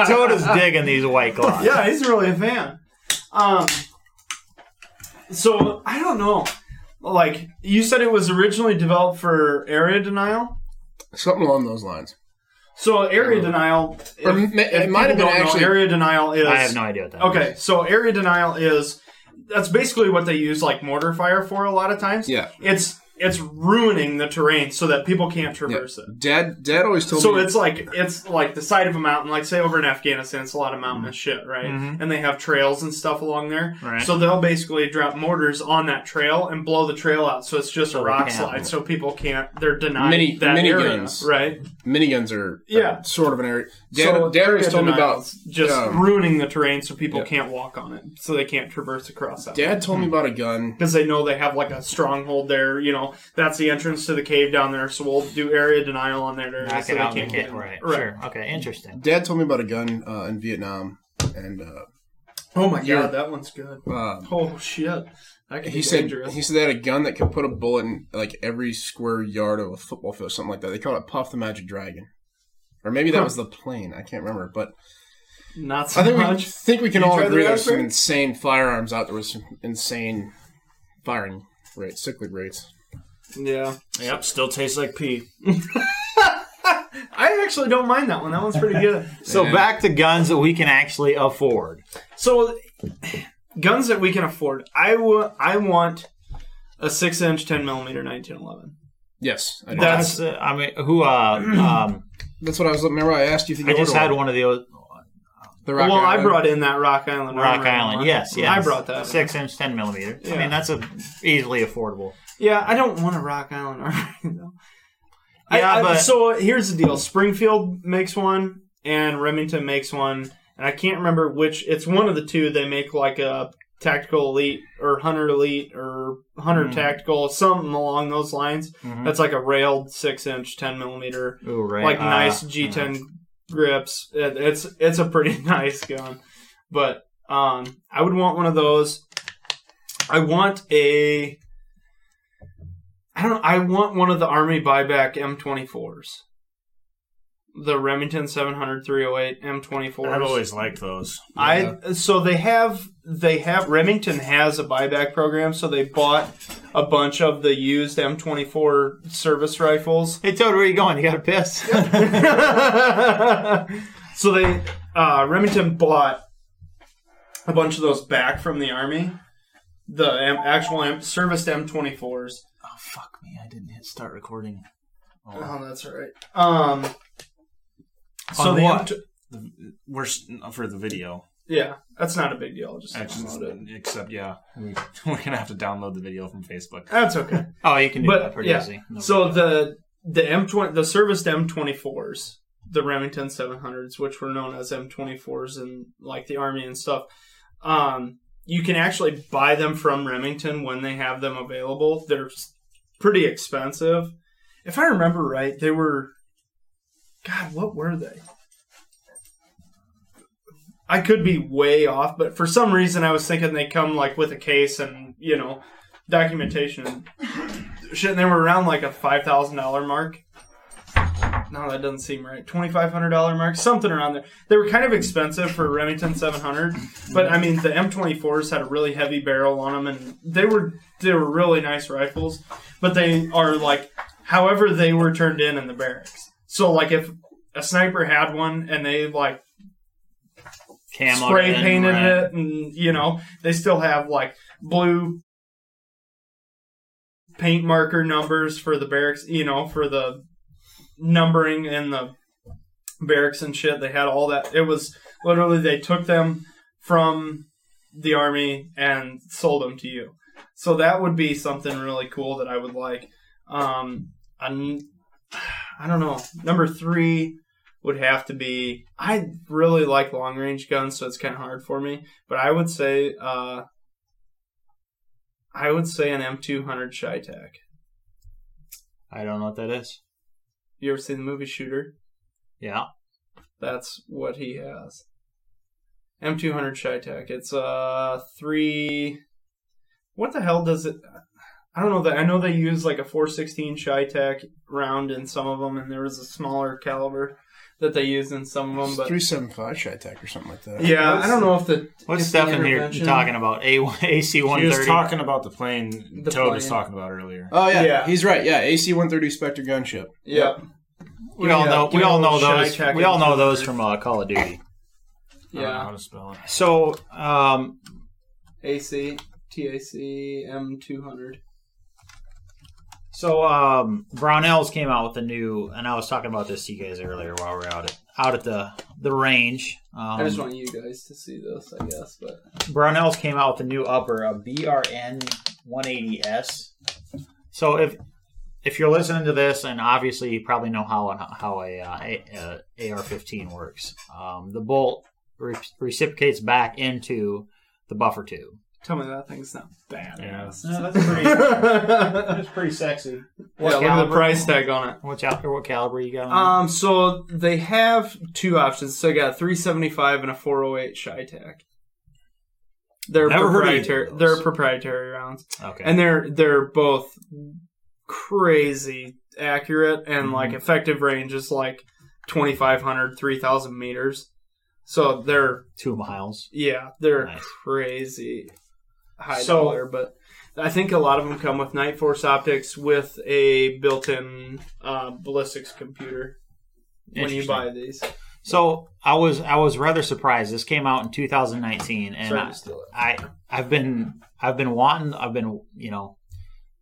S2: Toda's digging these white claws.
S3: Yeah, he's really a fan. Um, so I don't know. Like you said, it was originally developed for area denial.
S1: Something along those lines.
S3: So area denial, if,
S1: Or m- it
S3: if
S1: might have been
S3: people don't know,
S1: actually-
S3: area denial is.
S2: I have no idea what that.
S3: Okay, so area denial is that's basically what they use like mortar fire for a lot of times.
S1: Yeah.
S3: it's it's ruining the terrain so that people can't traverse it.
S1: Dad, Dad always told
S3: So
S1: me.
S3: it's like it's like the side of a mountain, like say over in Afghanistan, it's a lot of mountainous shit, right?
S2: Mhm.
S3: And they have trails and stuff along there.
S2: Right.
S3: So they'll basically drop mortars on that trail and blow the trail out, so it's just
S2: So
S3: a
S2: they
S3: rock
S2: can't.
S3: slide, so people can't. They're denied
S1: Mini-
S3: that
S1: mini
S3: area,
S1: guns.
S3: right?
S1: miniguns are
S3: Yeah.
S1: are sort of an area. Dad,
S3: So
S1: Dad always
S3: area
S1: told me about
S3: denials, just
S1: um,
S3: ruining the terrain, so people
S1: Yeah.
S3: can't walk on it, so they can't traverse across that.
S1: Dad told me about a gun.
S3: because they know they have like a stronghold there. You know, that's the entrance to the cave down there. So we'll do area denial on that area.
S2: Knock
S3: so
S2: it
S3: they
S2: out,
S3: can't
S2: make it
S3: get in.
S2: right. Sure. Okay. Interesting.
S1: Dad told me about a gun uh, in Vietnam, and uh,
S3: Oh my god,
S1: Yeah.
S3: that one's good.
S1: uh,
S3: Oh shit, that could
S1: he
S3: be
S1: said
S3: dangerous.
S1: he said they had a gun that could put a bullet in like every square yard of a football field, something like that. They called it Puff the Magic Dragon, or maybe that
S3: Huh.
S1: was the plane. I can't remember, but
S3: Not so
S1: I think we
S3: much.
S1: think we can
S3: You
S1: all
S3: tried
S1: agree
S3: the
S1: there's some
S3: raspberry?
S1: insane firearms out there with some insane firing rates, cyclic rates.
S3: Yeah,
S4: Yep, still tastes like pee.
S3: I actually don't mind that one. That one's pretty good.
S2: So
S1: Yeah.
S2: back to guns that we can actually afford.
S3: so, guns that we can afford. I wa- I want a six-inch, ten millimeter, nineteen eleven.
S1: Yes, I do.
S3: That-
S2: That's. uh, I mean, who? Uh, um,
S1: that's what I was. Remember, I asked you if you
S2: I just
S1: ordered
S2: had one of the old
S1: The
S3: Well, I
S1: Island.
S3: brought in that Rock Island.
S2: Rock
S3: armor
S2: Island.
S3: one.
S2: Yes. Yes.
S3: I brought that.
S2: Six inch, ten millimeter. I
S3: Yeah.
S2: mean, that's a easily affordable.
S3: Yeah, I don't want a Rock Island armory though.
S2: Yeah,
S3: I, I,
S2: but-
S3: so here's the deal: Springfield makes one, and Remington makes one, and I can't remember which. It's one of the two. They make like a tactical elite or hunter elite or hunter
S2: Mhm.
S3: tactical, something along those lines.
S2: Mhm.
S3: That's like a railed six inch, ten millimeter,
S2: Ooh, right.
S3: like
S2: uh,
S3: nice G10 grips. It, it's it's a pretty nice gun, but um, I would want one of those. I want a. I don't. I want one of the Army buyback M24s. The Remington 700 308 M24s.
S4: I've always liked those.
S3: I so they have they have Remington has a buyback program, so they bought a bunch of the used M24 service rifles
S2: Hey Toad, where are you going? You got a piss?
S3: so they uh, Remington bought a bunch of those back from the army, the M- actual M- serviced M24s.
S2: Oh fuck me! I didn't hit start recording.
S3: Oh, that's all right. Um, so
S4: On
S3: the
S4: what?
S3: M-
S4: We're s- for the video.
S3: yeah, that's not a big deal. I'll just download it.
S4: Actually, except yeah, we, we're gonna have to download the video from Facebook.
S3: That's okay.
S2: Oh, you can do
S3: But,
S2: that pretty
S3: yeah.
S2: easy. No
S3: so
S2: problem.
S3: the the M twenty the serviced M twenty fours, the Remington seven hundreds, which were known as M twenty fours and like the army and stuff. Um, you can actually buy them from Remington when they have them available. They're s- pretty expensive. If I remember right, they were. God, what were they? I could be way off, but for some reason I was thinking they come like with a case and you know documentation and shit, and they were around like a five thousand dollar mark. No, that doesn't seem right. Twenty five hundred dollar mark, something around there. They were kind of expensive for Remington seven hundred, but I mean the M twenty fours had a really heavy barrel on them, and they were they were really nice rifles. But they are like, however, they were turned in in the barracks. So like if a sniper had one and they like
S2: Camo
S3: spray
S2: in,
S3: painted
S2: right.
S3: it, and you know they still have like blue paint marker numbers for the barracks. You know for the numbering and the barracks and shit. They had all that. It was literally they took them from the army and sold them to you. So that would be something really cool that I would like. Um, I'm, I don't know. Number three would have to be. I really like long range guns, so it's kind of hard for me. But I would say, uh, I would say an M200 Shytac.
S2: I don't know what that is.
S3: You ever seen the movie Shooter?
S2: Yeah.
S3: That's what he has. M200 Shytech. It's uh three. What the hell does it? I don't know that. I know they use like a 416 Shytech round in some of them, and there was a smaller caliber that they used in some of them. But
S1: Three seven five shy tech or something like that.
S3: yeah, I don't know if the
S2: What's
S3: if the
S2: Stefan here
S3: intervention-
S2: talking about? A AC
S4: He
S2: one
S4: was
S2: thirty.
S4: talking about the plane
S3: The
S4: Toad was
S3: plane.
S4: talking about earlier.
S1: Oh yeah,
S3: Yeah.
S1: he's right. Yeah, AC one thirty Spectre gunship.
S3: Yep.
S2: We all
S3: Yeah,
S2: know.
S3: give
S2: We
S3: me
S2: all
S3: a
S2: know
S3: little
S2: those.
S3: Shytek
S2: We all know
S3: and-
S2: those from uh, Call of Duty.
S4: I don't know
S3: Yeah.
S4: how to spell it.
S2: So, um,
S3: AC TAC M200.
S2: so um, Brownells came out with a new, and I was talking about this to you guys earlier while we are out at out at the the range. Um,
S3: I just want you guys to see this, I guess. But
S2: Brownells came out with a new upper, a BRN 180S. So if if you're listening to this, and obviously you probably know how how a, uh, a, a AR-15 works, um, the bolt re- reciprocates back into the buffer tube.
S3: tell me that thing's not bad.
S4: Yeah.
S2: that's pretty.
S3: yeah,
S2: pretty sexy. What
S3: look at the
S2: caliber?
S3: price tag on it.
S2: What chapter? What caliber you got? On?
S3: Um, so they have two options. So I got a 375 and a 408 Shytec. They're
S2: Never heard of either of
S3: proprietary.
S2: those.
S3: They're proprietary rounds,
S2: okay.
S3: and they're they're both crazy accurate and
S2: Mhm.
S3: like effective range is like 2,500, 3,000 meters. So they're
S2: two miles.
S3: yeah, they're
S2: Nice.
S3: crazy high
S2: So-
S3: dollar, but I think a lot of them come with Night Force optics with a built-in uh, ballistics computer when you
S2: Interesting.
S3: buy these.
S2: So I was I was rather surprised. This came out in 2019, and
S3: Sorry
S2: I-
S3: to steal it.
S2: I I've been I've been wanting I've been you know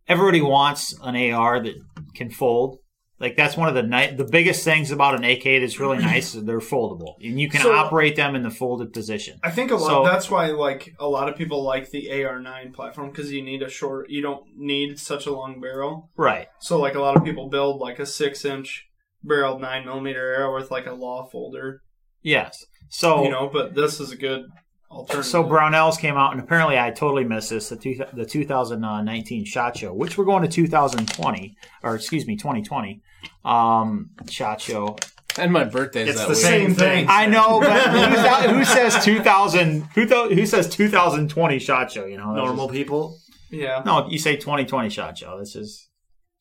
S2: everybody wants an AR that can fold. Like that's one of the ni- the biggest things about an AK that's really nice is they're foldable and you can
S3: So-
S2: operate them in the folded position.
S3: I think a lot.
S2: So-
S3: that's why like a lot of people like the AR9 platform because you need a short. You don't need such a long barrel.
S2: Right.
S3: So like a lot of people build like a six-inch barreled nine millimeter arrow with like a law folder,
S2: Yes. So
S3: you know. But this is a good alternative.
S2: Oh. So Brownells came out, and apparently I totally missed this the two, the 2019 Shot Show, which we're going to 2020 or excuse me 2020 um, Shot Show.
S1: And my birthday's
S3: it's
S1: that
S3: the
S1: week.
S3: same thing.
S2: I know, but who, thou- who says 2000? Who, th- who says 2020 Shot Show? You know, that's
S4: Normal people.
S3: Yeah.
S2: just- no, you say 2020 Shot Show. This is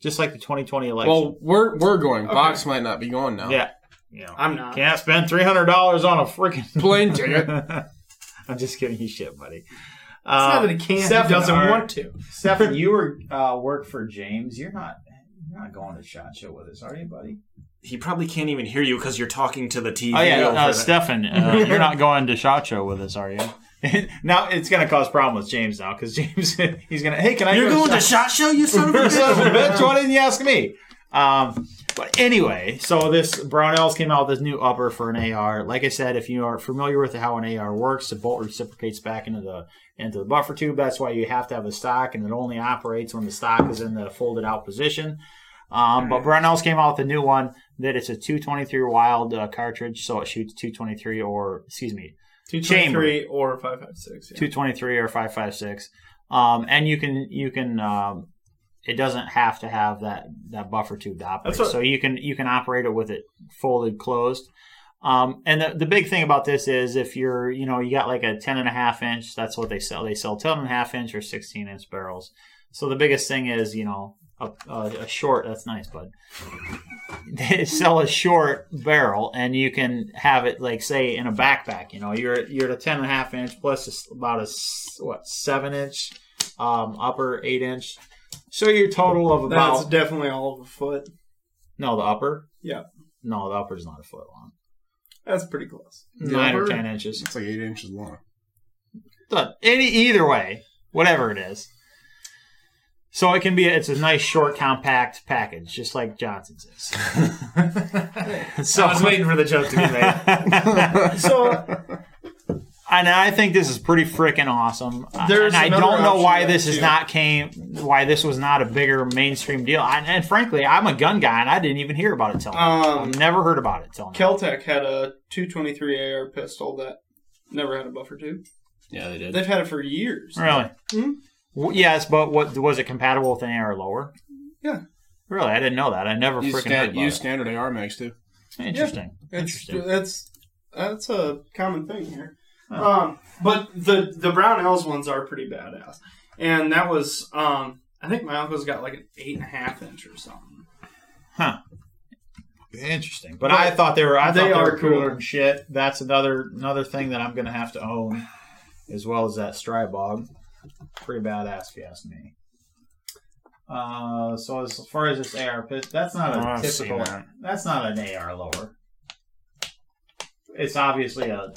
S2: just like the 2020 election.
S1: Well, we're we're going. Box might not be going now.
S2: yeah, you know,
S3: I'm not.
S2: can't spend three hundred dollars on a freaking.
S1: Plane ticket.
S2: I'm just giving you shit, buddy.
S3: It's
S2: Uh,
S3: not that he can't.
S2: Stefan,
S3: he doesn't
S2: are-
S3: want to.
S2: Stefan, you were uh, work for James. You're not you're not going to shot show with us, are you, buddy?
S4: He probably can't even hear you because you're talking to the TV.
S2: Oh yeah,
S4: over
S2: uh,
S4: the-
S2: Stefan, uh, you're not going to shot show with us, are you? now it's going to cause problems with James now because James he's going to hey can I
S4: You're
S2: go
S4: going to shot show, you son of a
S2: Son of a
S4: bitch.
S2: bitch, why didn't you ask me? Um, but anyway, so this Brownells came out with this new upper for an AR. Like I said, if you are familiar with how an AR works, the bolt reciprocates back into the into the buffer tube. That's why you have to have a stock, and it only operates when the stock is in the folded out position. Um, but Brownells came out with a new one that it's a 223 wild uh, cartridge, so it shoots 223 or excuse me,
S3: Two
S2: Chamber.
S3: twenty-three or five five six. Yeah.
S2: 223 or 556 um, and you can you can um, it doesn't have to have that that buffer tube to operate
S3: That's what-
S2: so you can you can operate it with it folded closed um, and the, the big thing about this is if you're you know you got like a 10 and a half inch that's what they sell they sell 10 and a half inch or 16 inch barrels so the biggest thing is you know a, a, a short that's nice bud they sell a short barrel and you can have it like say in a backpack you know you're you're at a 10 and a half inch plus a s about a s- what seven inch um, upper eight inch so your total of about
S3: That's definitely all of a foot.
S2: no the upper
S3: Yeah.
S2: no the upper's not a foot long
S3: That's pretty close.
S1: The
S2: nine or
S1: upper?
S2: ten inches
S1: It's like eight inches long.
S2: Done. Any either way, whatever it is. So it can be. It's a nice, short, compact package, just like Johnson's is. so
S4: I was waiting for the joke to be made.
S3: So
S2: and I think this is pretty freaking awesome.
S3: There's
S2: and I
S3: another
S2: don't know
S3: option
S2: why
S3: there,
S2: this is
S3: too.
S2: not came, why this was not a bigger mainstream deal. And, and frankly, I'm a gun guy, and I didn't even hear about it till now.
S3: Um,
S2: I've never heard about it till now.
S3: Keltec had a 223 AR pistol that never had a buffer tube.
S1: Yeah, they did.
S3: They've had it for years.
S2: Really?
S3: Hmm?
S2: W Yes, but what was it compatible with an AR lower?
S3: Yeah.
S2: Really, I didn't know that. I never
S1: Use,
S2: freaking
S1: sta-
S2: heard about
S1: use
S2: it.
S1: standard AR mags too.
S2: Interesting.
S3: It's,
S2: Interesting.
S3: that's that's a common thing here.
S2: Huh.
S3: Um, but the the Brownells ones are pretty badass, and that was um, I think my uncle's got like an eight and a half inch or something.
S2: Interesting. But,
S3: But
S2: I thought they were. I
S3: they
S2: thought they
S3: are
S2: were cooler
S3: cool.
S2: and shit. That's another another thing that I'm gonna have to own, as well as that Strybog. Pretty badass, if you ask me. Uh, so as far as this AR pistol, that's not
S4: Oh,
S2: a
S4: I've seen
S2: typical.
S4: that.
S2: That's not an AR lower. It's obviously a.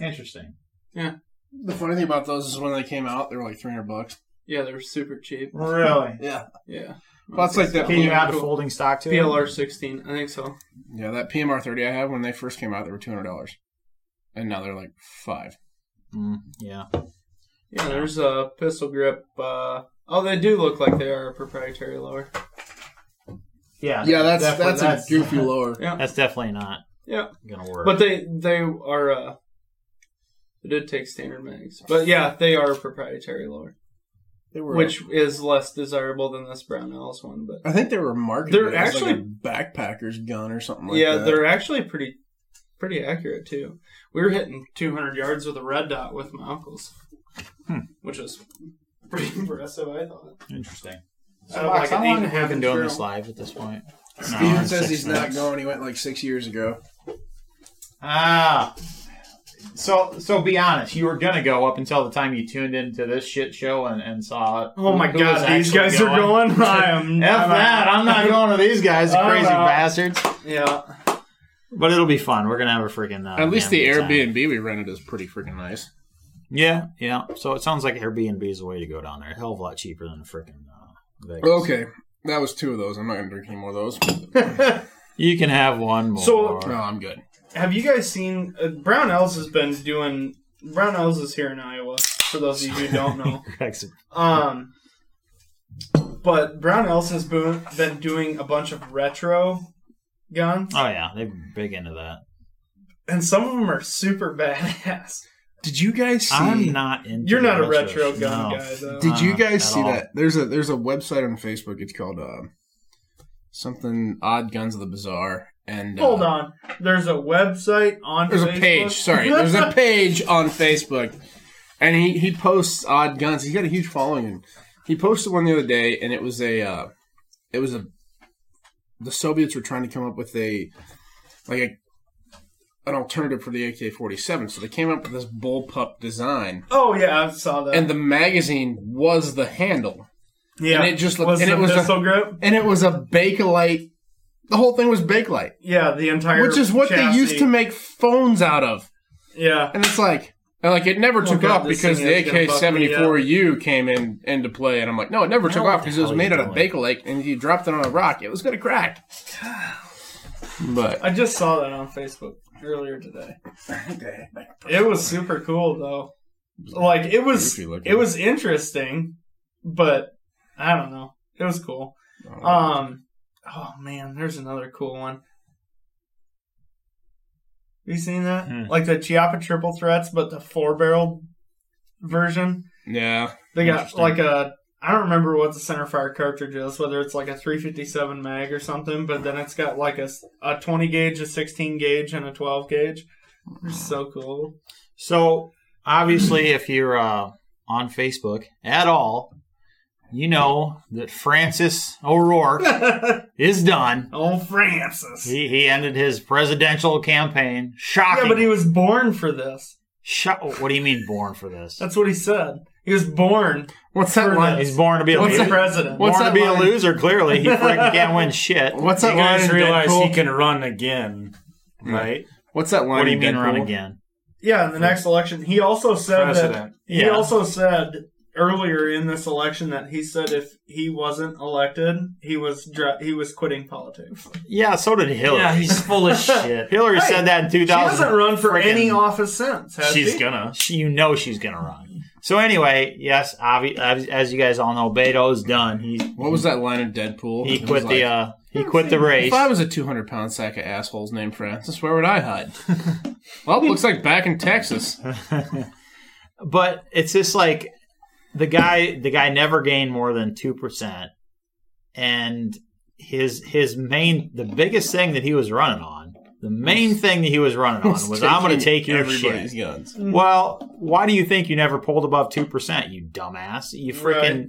S2: Interesting.
S1: The funny thing about those is when they came out, they were like 300 bucks.
S3: Yeah, they're super cheap.
S2: Really?
S1: Yeah.
S3: Yeah,
S1: Well, it's like that
S2: Can you
S1: PMR,
S2: add a folding stock to it?
S3: PLR sixteen, I think so.
S1: yeah, that PMR 30 I had when they first came out, they were $200. And now they're like five.
S2: Mm, yeah.
S3: Yeah, there's a pistol grip. Uh, oh, they do look like they are a proprietary lower.
S2: Yeah.
S1: Yeah, that's
S2: definitely-
S1: that's, a goofy lower.
S2: That's definitely not.
S3: Yeah.
S2: Gonna work.
S3: But they they are uh they did take standard mags. But yeah, they are proprietary lower.
S1: They were,
S3: Which is less desirable than this Brownells one, but
S1: I think they were marketed.
S3: They're
S1: as like
S3: actually-
S1: a backpacker's gun or something like
S3: yeah,
S1: that.
S3: they're actually pretty pretty accurate too. We were hitting 200 yards with a red dot with my uncles, which was pretty impressive. I thought.
S2: Interesting.
S3: So, Box, how long have we
S2: been
S3: been
S2: doing
S3: doing
S2: this live at this point?
S1: Steven says he's not going. He went like six years ago.
S2: Ah. So, so be honest. You were gonna go up until the time you tuned into this shit show and, and saw.
S3: Oh my
S2: who was
S3: god, these
S2: actually
S3: guys are going. I am.
S2: F that! I'm not going with these guys,
S3: I'm
S2: crazy
S3: out.
S2: bastards.
S3: Yeah.
S2: But it'll be fun. We're gonna have a freaking. Uh,
S1: At least the
S2: damn good time.
S1: Airbnb we rented is pretty freaking nice.
S2: Yeah, yeah. So it sounds like Airbnb is the way to go down there. Hell of a lot cheaper than freaking uh, Vegas.
S1: Okay, that was two of those. I'm not gonna drink any more of those.
S2: You can have one more.
S3: So-
S1: No, I'm good.
S3: Have you guys seen uh, Brownells has been doing Brownells is here in Iowa for those of you who don't know.
S2: Excellent.
S3: Um, but Brownells has been been doing a bunch of retro guns,
S2: oh yeah, they're big into that.
S3: and some of them are super badass.
S1: Did you guys see?
S2: I'm not into.
S3: You're not a
S2: retro
S3: retro gun guy, though.
S1: Did you
S2: Uh,
S1: guys
S2: at
S1: see
S2: all.
S1: that? There's a there's a website on Facebook. It's called uh, something Odd Guns of the Bazaar. And uh,
S3: Hold on, there's a website on.
S1: there's
S3: Facebook?
S1: a page. Sorry, there's a page on Facebook, and he he posts odd guns. He's got a huge following. And he posted one the other day, and it was a uh, it was a the Soviets were trying to come up with a like a an alternative for the AK-47, so they came up with this bullpup design,
S3: oh yeah, I saw that.
S1: and the magazine was the handle,
S3: yeah,
S1: and it just looked-
S3: was
S1: and
S3: the
S1: it was a-
S3: pistol grip.
S1: and it was a bakelite. The whole thing was bakelite,
S3: Yeah, the entire
S1: which is what they used to
S3: chassis.
S1: make phones out of.
S3: Yeah,
S1: And it's like, and like it never took
S3: God,
S1: off
S3: this
S1: because
S3: thing
S1: the
S3: is gonna
S1: AK
S3: fuck
S1: seventy
S3: me
S1: four U came in into play, and I'm like, no, it never took
S2: what
S1: off
S2: the
S1: because it was
S2: hell
S1: made
S2: you
S1: out of
S2: doing?
S1: Bakelite, and if you dropped it on a rock, it was gonna crack. But
S3: I just saw that on Facebook earlier today. It was super cool though. Like it was
S1: Goofy looking.
S3: it was interesting, but I don't know. It was cool. Um oh man, there's another cool one. You seen that?
S2: Hmm.
S3: Like the Chiappa triple threats, but the four barrel version.
S1: yeah,
S3: They got
S2: Interesting.
S3: like a I don't remember what the center fire cartridge is, whether it's like a 357 mag or something, but then it's got like a, s- a 20 gauge, a 16 gauge, and a 12 gauge. They're so cool.
S2: So obviously, if you're uh, on Facebook at all, you know that Francis O'Rourke is done.
S3: Oh, Francis.
S2: He, he ended his presidential campaign. Shocking.
S3: Yeah, but he was born for this.
S2: Sho- what do you mean born for this?
S3: That's what he said. He was born
S1: what's that
S3: for
S1: line?
S2: He's born to be a
S3: What's
S2: loser.
S3: the president.
S1: What's
S2: born
S1: that
S2: to be
S1: line?
S2: a loser. Clearly, he freaking can't win shit.
S1: What's
S4: You
S1: that line?
S4: guys
S1: in
S4: realize
S1: Deadpool?
S4: he can run again, right?
S1: What's that line?
S2: What do you
S1: in
S2: mean run
S1: Deadpool?
S2: again?
S3: Yeah, in the next election, he also said that.
S4: President.
S3: He
S2: Yeah.
S3: also said earlier in this election that he said if he wasn't elected, he was dra- he was quitting politics.
S2: Yeah, so did Hillary.
S4: Yeah, he's full of shit.
S2: shit. Hillary said that in 2000.
S3: She hasn't run for
S2: Friggin-
S3: any office since. Has
S4: She's
S3: she?
S4: gonna.
S2: she- you know she's going to run. So anyway, yes, obvi- as, as you guys all know, Beto's done. He
S5: What was that line of Deadpool?
S2: he
S5: It
S2: quit
S5: was
S2: the
S5: like,
S2: uh, he quit the race.
S5: If I was a 200 pound sack of assholes named Francis, where would I hide? well, looks like back in Texas.
S2: But it's just like the guy the guy never gained more than two percent, and his his main the biggest thing that he was running on the main thing that he was running on was I'm going to take your shit.
S5: everybody's guns.
S3: Mm-hmm.
S2: Well, why do you think you never pulled above two percent, you dumbass? You freaking
S3: Right.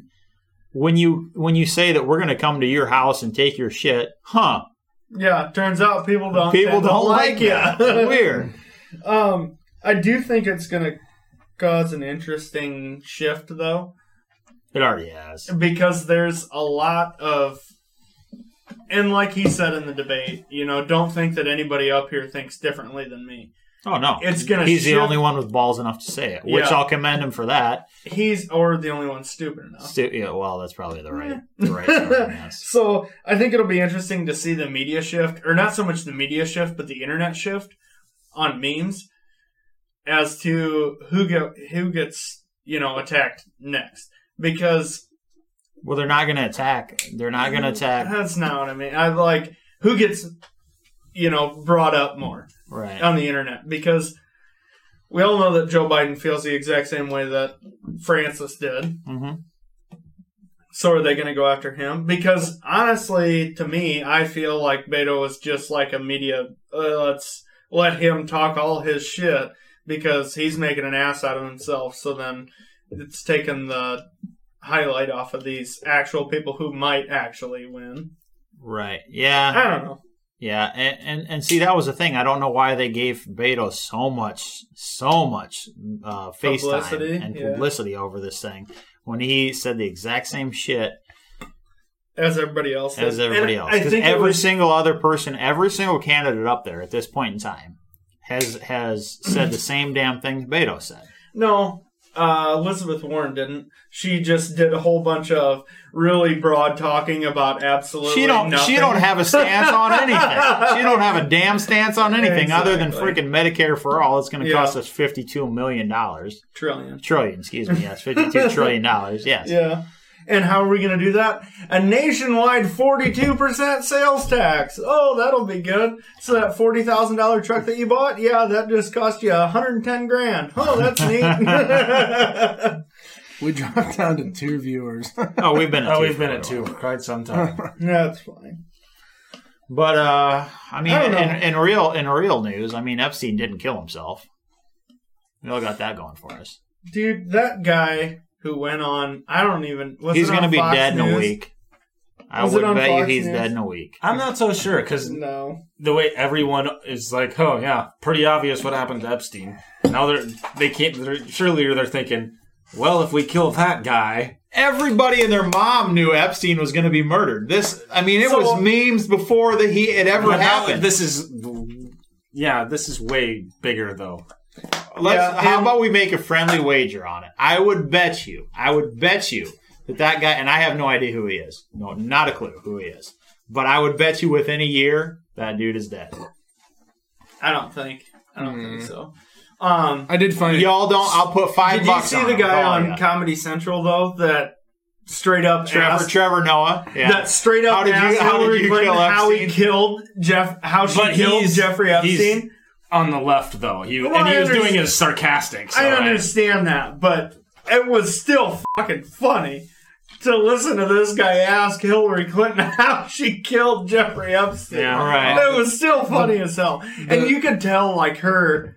S2: when you when you say that we're going to come to your house and take your shit, huh?
S3: Yeah, turns out people don't
S2: People
S3: they
S2: don't, like you.
S3: ya.
S2: Weird.
S3: Um, I do think it's gonna cause an interesting shift though,
S2: It already has.
S3: because there's a lot of, and like he said in the debate, you know, don't think that anybody up here thinks differently than me.
S2: Oh no,
S3: It's gonna
S2: He's
S3: shift-
S2: the only one with balls enough to say it, which
S3: Yeah.
S2: I'll commend him for that.
S3: He's or the only one stupid enough.
S2: Stu- yeah, well, that's probably the right, the right. term, yes.
S3: So I think it'll be interesting to see the media shift, or not so much the media shift, but the internet shift on memes as to who get who gets you know attacked next. Because
S2: Well, they're not going to attack. They're not going to attack.
S3: that's not what I mean. I like who gets you know brought up more
S2: Right.
S3: on the internet because we all know that Joe Biden feels the exact same way that Francis did.
S2: hmm
S3: So are they going to go after him? Because honestly, to me, I feel like Beto is just like a media. Uh, let's let him talk all his shit because he's making an ass out of himself. So then it's taking the highlight off of these actual people who might actually win.
S2: Right. Yeah.
S3: I don't know.
S2: Yeah, and, and and see that was the thing. I don't know why they gave Beto so much, so much uh, face
S3: Publicity,
S2: time and
S3: yeah.
S2: publicity over this thing when he said the exact same shit
S3: As everybody else,
S2: as
S3: is.
S2: everybody
S3: And
S2: else.
S3: I
S2: 'Cause
S3: think it
S2: every
S3: was-
S2: single other person, every single candidate up there at this point in time has has said the same damn thing Beto said.
S3: No, uh, Elizabeth Warren didn't. She just did a whole bunch of really broad talking about absolutely.
S2: she don't
S3: Nothing.
S2: she don't have a stance on anything. She don't have a damn stance on anything other than
S3: Exactly.
S2: freaking Medicare for all. It's going to
S3: Yeah.
S2: cost us fifty two million dollars
S3: trillion.
S2: trillion. Excuse me, yes, fifty two trillion dollars. Yes.
S3: Yeah. And how are we going to do that? A nationwide 42% sales tax. Oh, that'll be good. So that $40,000 truck that you bought, yeah, that just cost you 110 grand. Oh, that's neat.
S5: We dropped down to two viewers.
S2: Oh, we've been. At
S4: Oh,
S2: two
S4: we've
S2: for
S4: been
S2: a
S4: at
S2: little
S4: two for quite some time.
S3: that's fine.
S2: while. But uh, I mean,
S3: I don't
S2: in,
S3: know.
S2: in real in real news, I mean, Epstein didn't kill himself. We all got that going for us.
S3: Dude, that guy who went on, I don't even. Was
S2: he's
S3: it on
S2: gonna be
S3: Fox
S2: dead in a
S3: News?
S2: week. I
S3: Was it
S2: would
S3: on
S2: bet
S3: Fox
S2: you he's
S3: News?
S2: dead in a week.
S4: I'm not so sure because
S3: No.
S4: the way everyone is like, oh yeah, pretty obvious what happened to Epstein. Now they're they can't. They're, surely they're thinking, well, if we kill that guy,
S2: Everybody and their mom knew Epstein was going to be murdered. This, I mean, it
S3: So-
S2: was memes before that he it ever
S4: But now-
S2: happened.
S4: This is yeah, this is way bigger though.
S2: Let's,
S3: Yeah,
S2: how
S3: and-
S2: about we make a friendly wager on it? I would bet you, I would bet you that that guy, and I have no idea who he is. No, not a clue who he is. But I would bet you within a year, that dude is dead.
S3: I don't think. I don't think so. Um,
S5: I did find it.
S2: Y'all don't, I'll put five
S3: did you
S2: bucks
S3: see
S2: on Oh,
S3: the
S2: it,
S3: guy
S2: that's all I
S3: on
S2: got.
S3: Comedy Central, though, that straight up
S2: Trevor,
S3: asked-
S2: Trevor Noah? Yeah.
S3: that straight up
S2: How did you-
S3: asked
S2: how did
S3: Hillary
S2: you
S3: Clinton
S2: kill
S3: how he
S2: Epstein?
S3: killed Jeff, how she
S4: But
S3: killed
S4: he's-
S3: Jeffrey
S4: he's-
S3: Epstein.
S4: On the left though, he
S3: Well,
S4: and he
S3: I
S4: was doing
S3: understand-
S4: it sarcastic. So
S3: I understand that, but it was still fucking funny to listen to this guy ask Hillary Clinton how she killed Jeffrey Epstein.
S4: Yeah,
S2: right.
S3: It was still funny as hell, and you could tell like her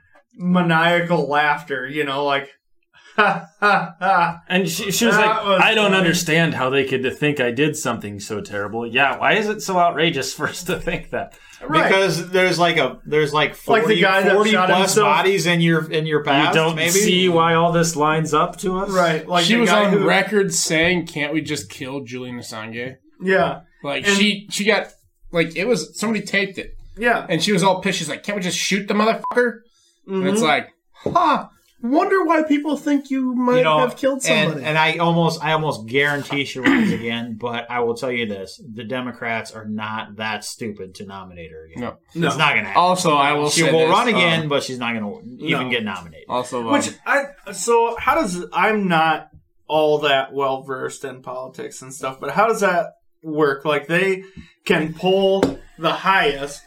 S3: maniacal laughter. You know, like ha ha ha.
S4: And she, she was
S3: That
S4: like,
S3: was
S4: I don't
S3: funny.
S4: understand how they could think I did something so terrible. Yeah, why is it so outrageous for us to think that?
S3: Right.
S2: Because there's like a there's like 40,
S3: Like the guy that
S2: 40
S3: shot
S2: plus
S3: himself.
S2: bodies in your in your
S4: You
S2: past.
S4: don't
S2: maybe?
S4: see why all this lines up to us?
S3: Right, like
S5: she
S3: the
S5: was
S3: guy
S5: on
S3: who-
S5: record saying, "Can't we just kill Julian Assange?"
S3: Yeah,
S5: Like
S3: And-
S5: she, she got like it was somebody taped it,
S3: yeah.
S5: Mm-hmm. and she was all pissed. She's like, "Can't we just shoot the motherfucker?" And it's like, "Huh."
S1: Wonder why people think you might
S2: you know,
S1: have killed somebody.
S2: And, and I almost, I almost guarantee she runs again. But I will tell you this: the Democrats are not that stupid to nominate her again.
S5: No.
S3: No.
S2: it's not going to happen.
S5: Also, I will
S2: she
S5: say
S2: will
S5: this,
S2: run again,
S5: um,
S2: but she's not going to even
S3: No.
S2: get nominated.
S5: also, um,
S3: Which I so how does I'm not all that well versed in politics and stuff, but how does that work? Like they can pull the highest,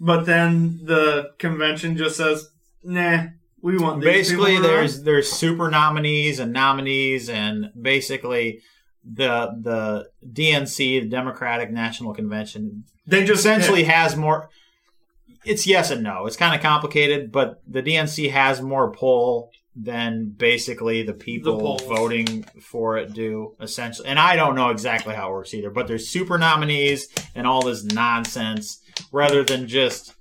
S3: but then the convention just says, "Nah, we
S5: Um,
S3: want." These
S2: basically
S3: people to run."
S2: there's there's super nominees and nominees and basically the the DNC the Democratic National Convention
S3: they just
S2: essentially has more it's yes and no it's kind of complicated but the DNC has more pull than basically the people
S3: polls.
S2: voting for it do essentially and I don't know exactly how it works either but there's super nominees and all this nonsense rather than just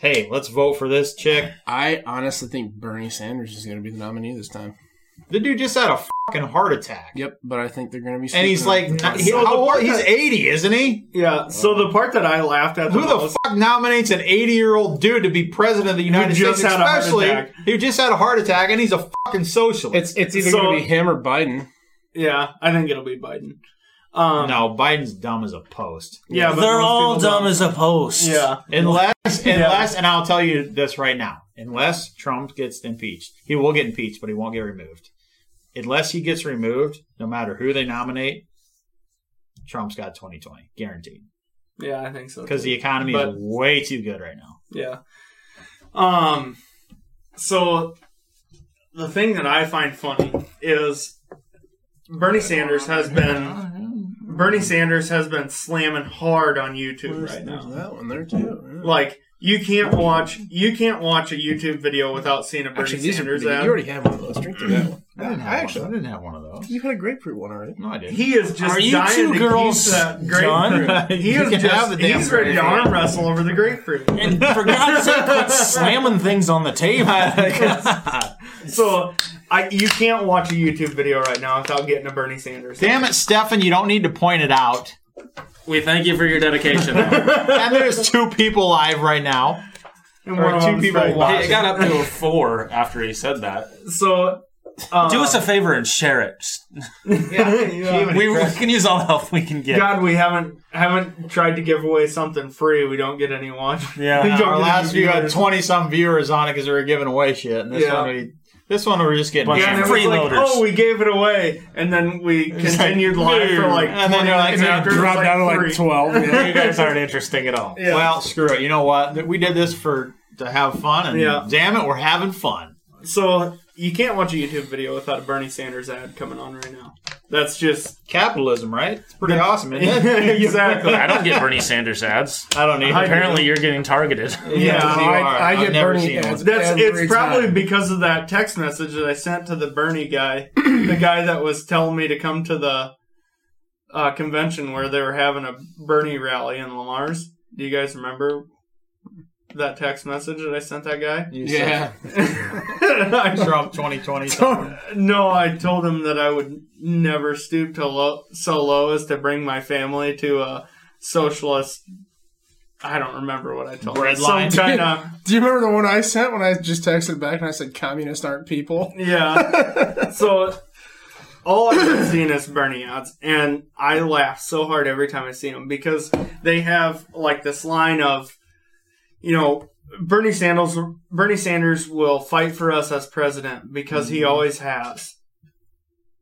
S2: hey let's vote for this chick
S5: I honestly think Bernie Sanders is going to be the nominee this time.
S2: The dude just had a fucking heart attack.
S5: Yep, but I think they're going to be.
S2: And he's like,
S5: sleeping on
S2: not-
S5: it.
S2: he-
S3: So the
S2: how old?
S3: part
S2: He's
S3: that-
S2: 80, isn't he?
S3: yeah. So the part that I laughed at the
S2: Who the
S3: most,
S2: fuck nominates an 80 year old dude to be president of the United
S3: just
S2: States?
S3: had a heart
S2: Especially,
S3: attack.
S2: who just had a heart attack and he's a fucking socialist.
S5: it's it's either
S3: So-
S5: going to be him or Biden.
S3: yeah, I think it'll be Biden. Um,
S2: no, Biden's dumb as a post.
S3: yeah, but
S4: They're
S3: most
S4: all
S3: people
S4: dumb
S3: don't.
S4: as a post.
S3: yeah.
S2: Unless, unless, and I'll tell you this right now unless Trump gets impeached, he will get impeached, but he won't get removed. Unless he gets removed, no matter who they nominate, Trump's got 2020, guaranteed.
S3: Yeah, I think so.
S2: Because
S3: too.
S2: the economy
S3: But-
S2: is way too good right now.
S3: Yeah. Um. So the thing that I find funny is Bernie Sanders has been Bernie Sanders has been slamming hard on YouTube right now.
S5: There's that one there too. yeah.
S3: Like you can't watch you can't watch a YouTube video without seeing a Bernie
S5: Actually, these are
S3: Sanders
S5: pretty good.
S3: ad.
S5: You already have one of those. Drink to that one.
S2: I didn't have
S1: I
S2: one.
S1: actually-
S2: I didn't have one of those.
S1: you had a grapefruit one already.
S2: No, I didn't.
S3: he is just
S4: Are you
S3: dying
S4: two
S3: to
S4: girls
S3: keep that grape-
S4: done?
S3: He
S2: You
S3: is
S2: can have the
S3: just
S2: damn
S3: he's ready to
S2: grapefruit.
S3: arm wrestle over the grapefruit.
S4: And for God's sake, quit slamming things on the table.
S3: So I you can't watch a YouTube video right now without getting a Bernie Sanders. ad.
S2: Damn it, Stefan! You don't need to point it out.
S4: we thank you for your dedication. it
S2: And there's two people live right now.
S3: And
S2: Or
S3: one of
S2: two
S3: them's
S2: people
S3: right.
S2: watch.
S4: got up to a four after he said that.
S3: So um,
S4: Do us a favor and share it.
S3: yeah.
S4: We, we can use all the help we can get.
S3: God, we haven't haven't tried to give away something free. We don't get anyone.
S4: Yeah.
S3: We don't
S2: Uh, Our
S3: get
S2: last
S3: any
S2: few had
S3: viewers.
S2: twenty some viewers on it because we were giving away shit, and this
S3: Yeah.
S2: one we, this one we were just getting.
S4: Bunch
S3: Yeah, and it was like,
S4: Freeloaders.
S3: oh, we gave it away, and then we
S2: like,
S3: continued live for like
S2: and then
S3: 20
S2: you're like, and
S3: minutes
S2: then
S3: after. It was
S5: Dropped
S3: like
S5: down to
S3: three.
S5: like twelve.
S4: you guys aren't interesting at all.
S3: Yeah.
S2: Well, screw it. You know what? Th- We did this for to have fun, and
S3: Yeah.
S2: damn it, we're having fun.
S3: So you can't watch a YouTube video without a Bernie Sanders ad coming on right now. That's just
S2: Capitalism, right? It's pretty awesome, isn't it?
S3: exactly.
S4: I don't get Bernie Sanders ads.
S2: I don't need.
S4: Apparently, you're getting targeted.
S3: Yeah,
S2: you
S5: I-
S2: are.
S5: I
S2: I've
S5: get
S2: never
S5: Bernie
S2: seen
S5: ads.
S2: one.
S3: That's
S5: every
S3: it's probably
S5: time.
S3: because of that text message that I sent to the Bernie guy, the guy that was telling me to come to the uh, convention where they were having a Bernie rally in Lamar's. Do you guys remember that text message that I sent that guy?
S2: You said
S5: Yeah,
S3: I-
S2: Trump 2020. something.
S3: no, I told him that I would never stoop to low, so low as to bring my family to a socialist. I don't remember what I told him.
S2: Breadline.
S3: Some kind of
S5: Do you remember the one I sent when I just texted back and I said communists aren't people?
S3: Yeah. so all I've seen is Bernie ads, and I laugh so hard every time I see them because they have like this line of, you know, Bernie Sanders. Bernie Sanders will fight for us as president because
S2: Mm-hmm.
S3: he always has.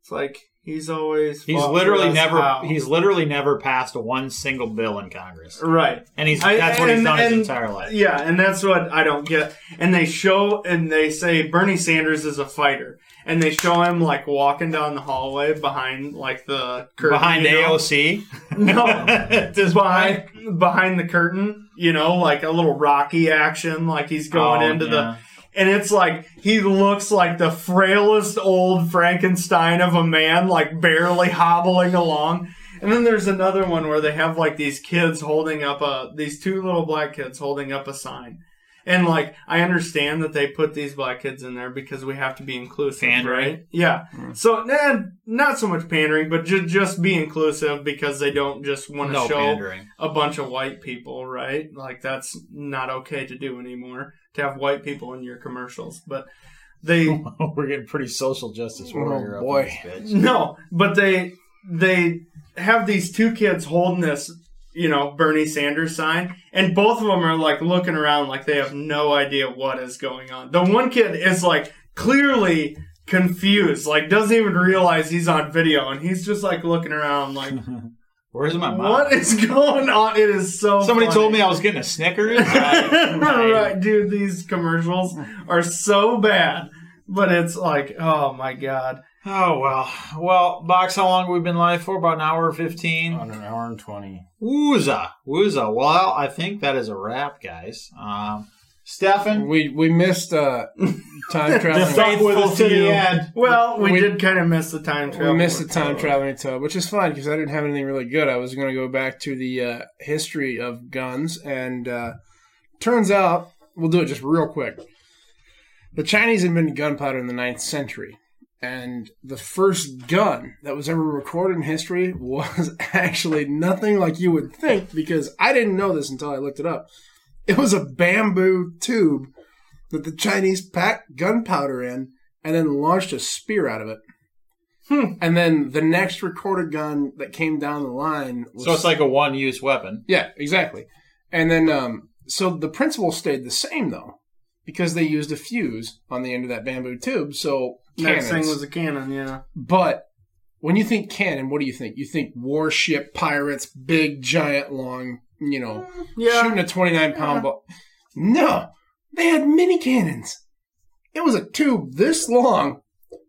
S3: It's like he's always
S2: He's
S3: fought for
S2: literally
S3: us
S2: never.
S3: how.
S2: He's literally never passed one single bill in Congress,
S3: right.
S2: and he's
S3: I-
S2: that's what he's
S3: and-
S2: done his
S3: and-
S2: entire life.
S3: Yeah, and that's what I don't get. And they show and they say Bernie Sanders is a fighter, and they show him like walking down the hallway behind like the curtain
S2: Behind
S3: you know?
S2: AOC,
S3: no, just behind behind the curtain, you know, like a little Rocky action, like he's going
S2: Oh,
S3: into
S2: yeah.
S3: the. And it's like he looks like the frailest old Frankenstein of a man, like barely hobbling along. And then there's another one where they have like these kids holding up a these two little black kids holding up a sign. And like I understand that they put these black kids in there because we have to be inclusive,
S2: Pandering.
S3: right? Yeah. So nah, not so much pandering, but ju- just be inclusive because they don't just want to
S2: no
S3: show
S2: pandering.
S3: a bunch of white people, right? Like that's not okay to do anymore to have white people in your commercials. But They
S2: We're getting pretty social justice warrior
S1: Oh,
S2: up
S6: boy.
S2: in this bitch.
S3: No, but they they have these two kids holding this, you know, Bernie Sanders sign, and both of them are like looking around like they have no idea what is going on. The one kid is like clearly confused, like doesn't even realize he's on video, and he's just like looking around like,
S2: Where's my mom?
S3: what is going on? It is so.
S2: Somebody
S3: funny.
S2: told me I was getting a Snickers. I-
S3: right, dude, these commercials are so bad. But it's like, oh my god.
S2: Oh well, well, box. How long have we been live for? About an hour and fifteen.
S7: on an hour and 20.
S2: Wooza, wooza. Well, I think that is a wrap, guys. Um, Stefan,
S1: We we missed uh, time
S2: the
S1: traveling.
S2: faithful
S3: faithful
S2: to
S3: few.
S2: the end.
S3: Well, we,
S1: We-
S3: did kind of miss the time travel.
S1: We missed the time traveling tub, which is fine because I didn't have anything really good. I was going to go back to the uh, history of guns, and uh, turns out we'll do it just real quick. The Chinese invented gunpowder in the 9th century, and the first gun that was ever recorded in history was actually nothing like you would think because I didn't know this until I looked it up. It was a bamboo tube that the Chinese packed gunpowder in and then launched a spear out of it.
S2: Hmm.
S1: And then the next recorded gun that came down the line was
S2: So it's like a one-use weapon.
S1: yeah, exactly. And then um, so the principle stayed the same though because they used a fuse on the end of that bamboo tube. So
S3: Next thing
S1: cannons.
S3: was a cannon, yeah.
S1: but when you think cannon, what do you think? You think warship pirates, big giant long, you know, shooting a twenty nine pound ball. No, they had mini cannons. It was a tube this long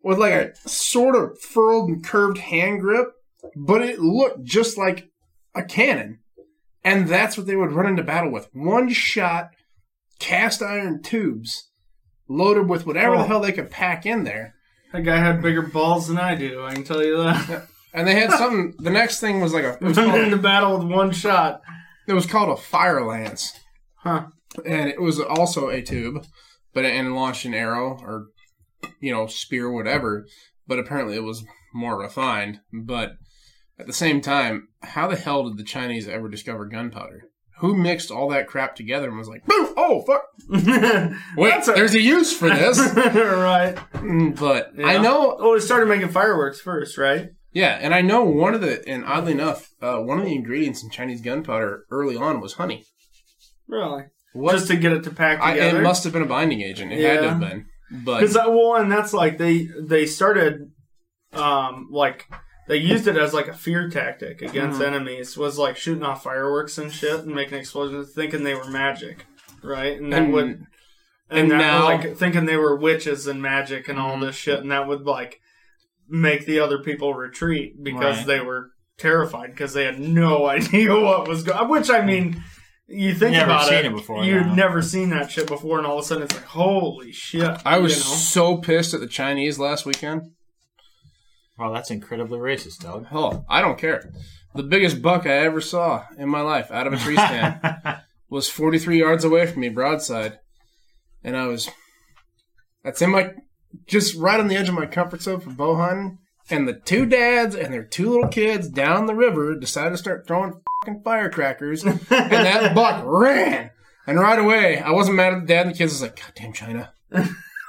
S1: with like a sort of furled and curved hand grip, but it looked just like a cannon. And that's what they would run into battle with. One shot, cast iron tubes loaded with whatever the hell they could pack in there.
S3: That guy had bigger balls than I do, I can tell you that.
S1: And they had something, the next thing was like a, it was
S3: Running
S1: called,
S3: into battle with one shot.
S1: it was called a fire lance.
S3: Huh.
S1: And it was also a tube, but it, and launched an arrow or, you know, spear, whatever. But apparently it was more refined. But at the same time, how the hell did the Chinese ever discover gunpowder? Who mixed all that crap together and was like, boom, oh, fuck, wait,
S3: That's a-
S1: there's a use for this.
S3: right.
S1: Mm, but I
S3: Yeah.
S1: know
S3: Well, we started making fireworks first, right?
S1: Yeah, and I know one of the, and oddly enough, uh, one of the ingredients in Chinese gunpowder early on was honey.
S3: Really?
S1: What?
S3: Just to get it to pack
S1: I,
S3: together.
S1: it must have been a binding agent. It had to have
S3: Yeah.
S1: been. But
S3: Because well, and that's like they they started, um, like they used it as like a fear tactic against
S1: Mm-hmm.
S3: enemies. Was like shooting off fireworks and shit and making explosions, thinking they were magic, right? And that
S1: And-
S3: would, and,
S1: and
S3: that
S1: now- Mhm.
S3: would, like thinking they were witches and magic and all this shit, and that would like make the other people retreat because
S2: Right.
S3: they were terrified because they had no idea what was going. Which I mean. You think
S2: Never
S3: about
S2: seen it before,
S3: You've
S2: yeah.
S3: never seen that shit before, and all of a sudden it's like, holy shit!
S1: I was
S3: you know?
S1: so pissed at the Chinese last weekend.
S2: Well, that's incredibly racist, Doug.
S1: Oh, I don't care. The biggest buck I ever saw in my life out of a tree stand was 43 yards away from me, broadside. And I was, that's in my, just right on the edge of my comfort zone for bow hunting. And the two dads and their two little kids down the river decided to start throwing fucking firecrackers. and that buck ran. And right away, I wasn't mad at the dad and the kids. I was like, God damn China.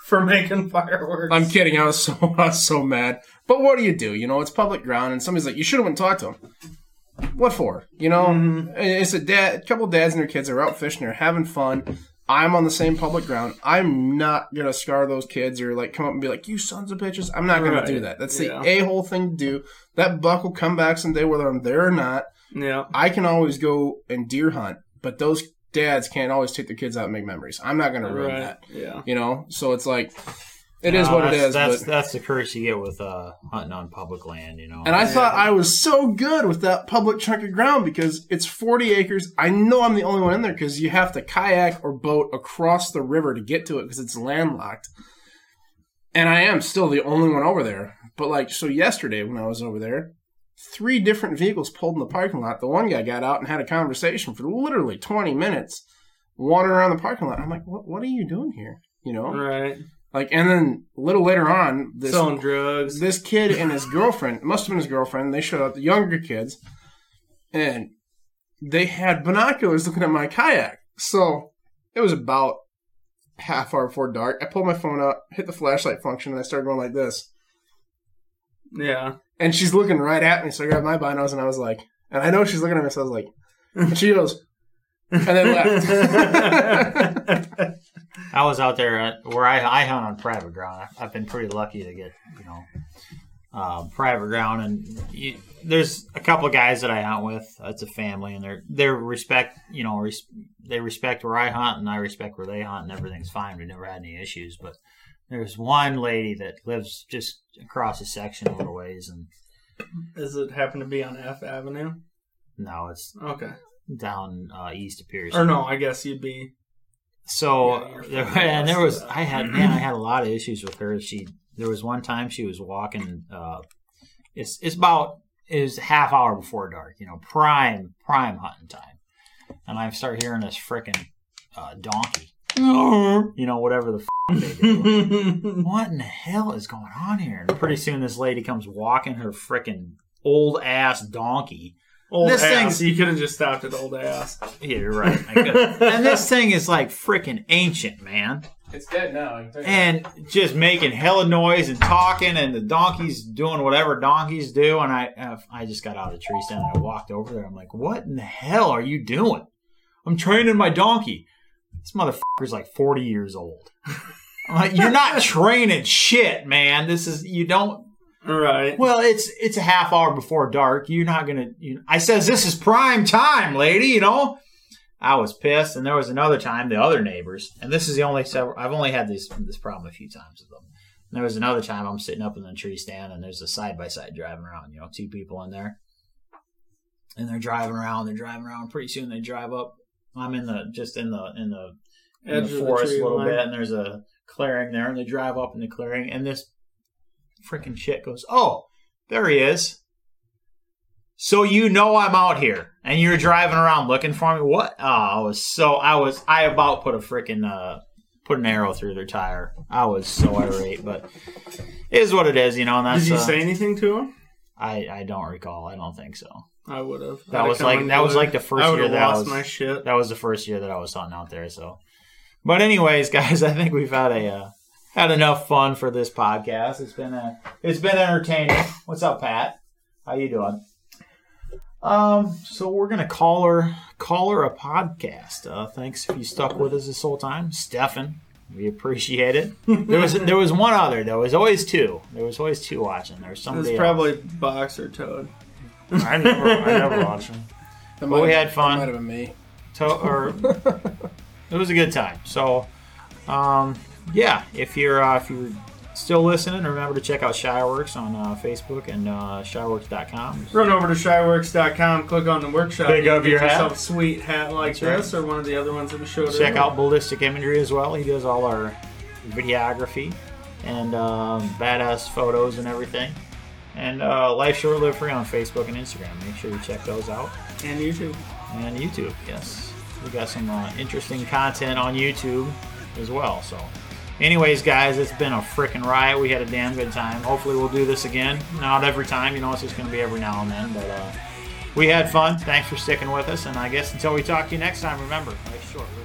S3: for making fireworks.
S1: I'm kidding. I was so I was so mad. But what do you do? You know, it's public ground, and somebody's like, "You should have went and talked to him." What for? You know, And it's a dad, a couple dads and their kids are out fishing, they're having fun. I'm on the same public ground. I'm not gonna scar those kids or like come up and be like, "You sons of bitches." I'm not gonna
S3: Right.
S1: do that. That's
S3: Yeah.
S1: the a hole thing to do. That buck will come back someday, whether I'm there or not.
S3: yeah.
S1: I can always go and deer hunt, but those dads can't always take their kids out and make memories. I'm not gonna ruin
S3: Right.
S1: that.
S3: Yeah.
S1: You know, so it's like, it is
S2: No,
S1: what it
S2: Oh, that's-
S1: is.
S2: That's,
S1: but...
S2: that's the curse you get with uh, hunting on public land, you know.
S1: And I thought I was so good with that public chunk of ground because it's 40 acres. I know I'm the only one in there because you have to kayak or boat across the river to get to it because it's landlocked. And I am still the only one over there. But like, so yesterday when I was over there, three different vehicles pulled in the parking lot. The one guy got out and had a conversation for literally 20 minutes, wandering around the parking lot. I'm like, what, what are you doing here? You know?
S3: Right.
S1: Like, and then a little later on, this
S3: Selling drugs.
S1: this kid and his girlfriend must have been his girlfriend. They showed up the younger kids, and they had binoculars looking at my kayak. So it was about half hour before dark. I pulled my phone up, hit the flashlight function, and I started going like this.
S3: Yeah.
S1: And she's looking right at me, so I grabbed my binos and I was like, and I know she's looking at me, so I was like, and she goes, and then left.
S2: I was out there at, where I, I hunt on private ground. I- I've been pretty lucky to get you know uh, private ground, and you, there's a couple of guys that I hunt with. It's a family, and they're they respect you know res, they respect where I hunt, and I respect where they hunt, and everything's fine. We never had any issues, but there's one lady that lives just across a section a little ways, and
S3: Does it happen to be on F Avenue?
S2: no, it's
S3: Okay.
S2: down uh, east of Pierce.
S3: Or no, I guess you'd be. Yeah,
S2: So
S3: you're
S2: there,
S3: fucking
S2: and there
S3: lost
S2: was I had man I had a lot of issues with her. She there was one time she was walking. Uh, it's it's about is half hour before dark. You know, prime prime hunting time, and I start hearing this frickin' uh, donkey. You know, whatever the what in the hell is going on here? And pretty soon this lady comes walking her frickin' old ass donkey
S3: old
S2: This
S3: this
S2: thing's-
S3: ass. You could have just stopped at old ass.
S2: Yeah, you're right. I could. and this thing is like freaking ancient, man.
S5: It's dead now.
S2: And just making hella noise and talking, and the donkeys doing whatever donkeys do. And I, uh, I just got out of the tree stand and I walked over there. I'm like, "What in the hell are you doing? I'm training my donkey. This motherfucker's like 40 years old. I'm like, you're not training shit, man. This is you don't
S3: Right.
S2: well, it's it's a half hour before dark. You're not gonna. You I says this is prime time, lady. You know, I was pissed, and there was another time the other neighbors, and this is the only several. I've only had this this problem a few times with them. And there was another time I'm sitting up in the tree stand, and there's a side by side driving around. You know, two people in there, and they're driving around. They're driving around. Pretty soon they drive up. I'm in the just in the in the in
S3: Edge
S2: the
S3: of the
S2: forest
S3: tree
S2: a little
S3: line.
S2: bit, and there's a clearing there, and they drive up in the clearing, and this freaking shit goes, "Oh, there he is." So you know I'm out here, and you're driving around looking for me. What? Oh, I was so I was I about put a freaking uh put an arrow through their tire. I was so irate, but it is what it is, you know. And that's
S3: Did you
S2: uh,
S3: say anything to him?
S2: I I don't recall. I don't think so.
S3: I would have.
S2: That was like- that was like the first
S3: I would've
S2: year that
S3: lost
S2: was-
S3: my shit.
S2: that was the first year that I was hunting out there. So, but anyways, guys, I think we've had a uh, had enough fun for this podcast. It's been a it's been entertaining. What's up, Pat? How you doing? Um, so we're gonna call her call her a podcast. Uh, thanks if you stuck with us this whole time, Stefan. We appreciate it. There was there was one other. There was always two. There was always two watching. There was
S3: It was
S2: somebody.
S3: probably Boxer Toad.
S4: I never, I never watch them.
S1: That
S2: Well, we
S1: might-
S2: had fun.
S1: that Might have been me.
S2: to, or it was a good time. So, um, yeah, if you're uh, if you're still listening, remember to check out Shyworks on uh, Facebook and uh, Shyworks.com.
S3: Run over to shyworks.com, click on the workshop.
S2: Pick
S3: you can
S2: up your
S3: get yourself
S2: hat.
S3: a sweet hat like
S2: That's right.
S3: this or one of the other ones that we showed
S2: Check
S3: earlier.
S2: out Ballistic Imagery as well. He does all our videography and um, badass photos and everything. And uh, Life Short Live Free on Facebook and Instagram. Make sure you check those out.
S3: And YouTube.
S2: and YouTube. Yes, we got some uh, interesting content on YouTube as well. So, anyways, guys, it's been a freaking riot. We had a damn good time. Hopefully, we'll do this again. Not every time, you know, it's just going to be every now and then. But uh, we had fun. Thanks for sticking with us. And I guess until we talk to you next time, remember, life's short. Live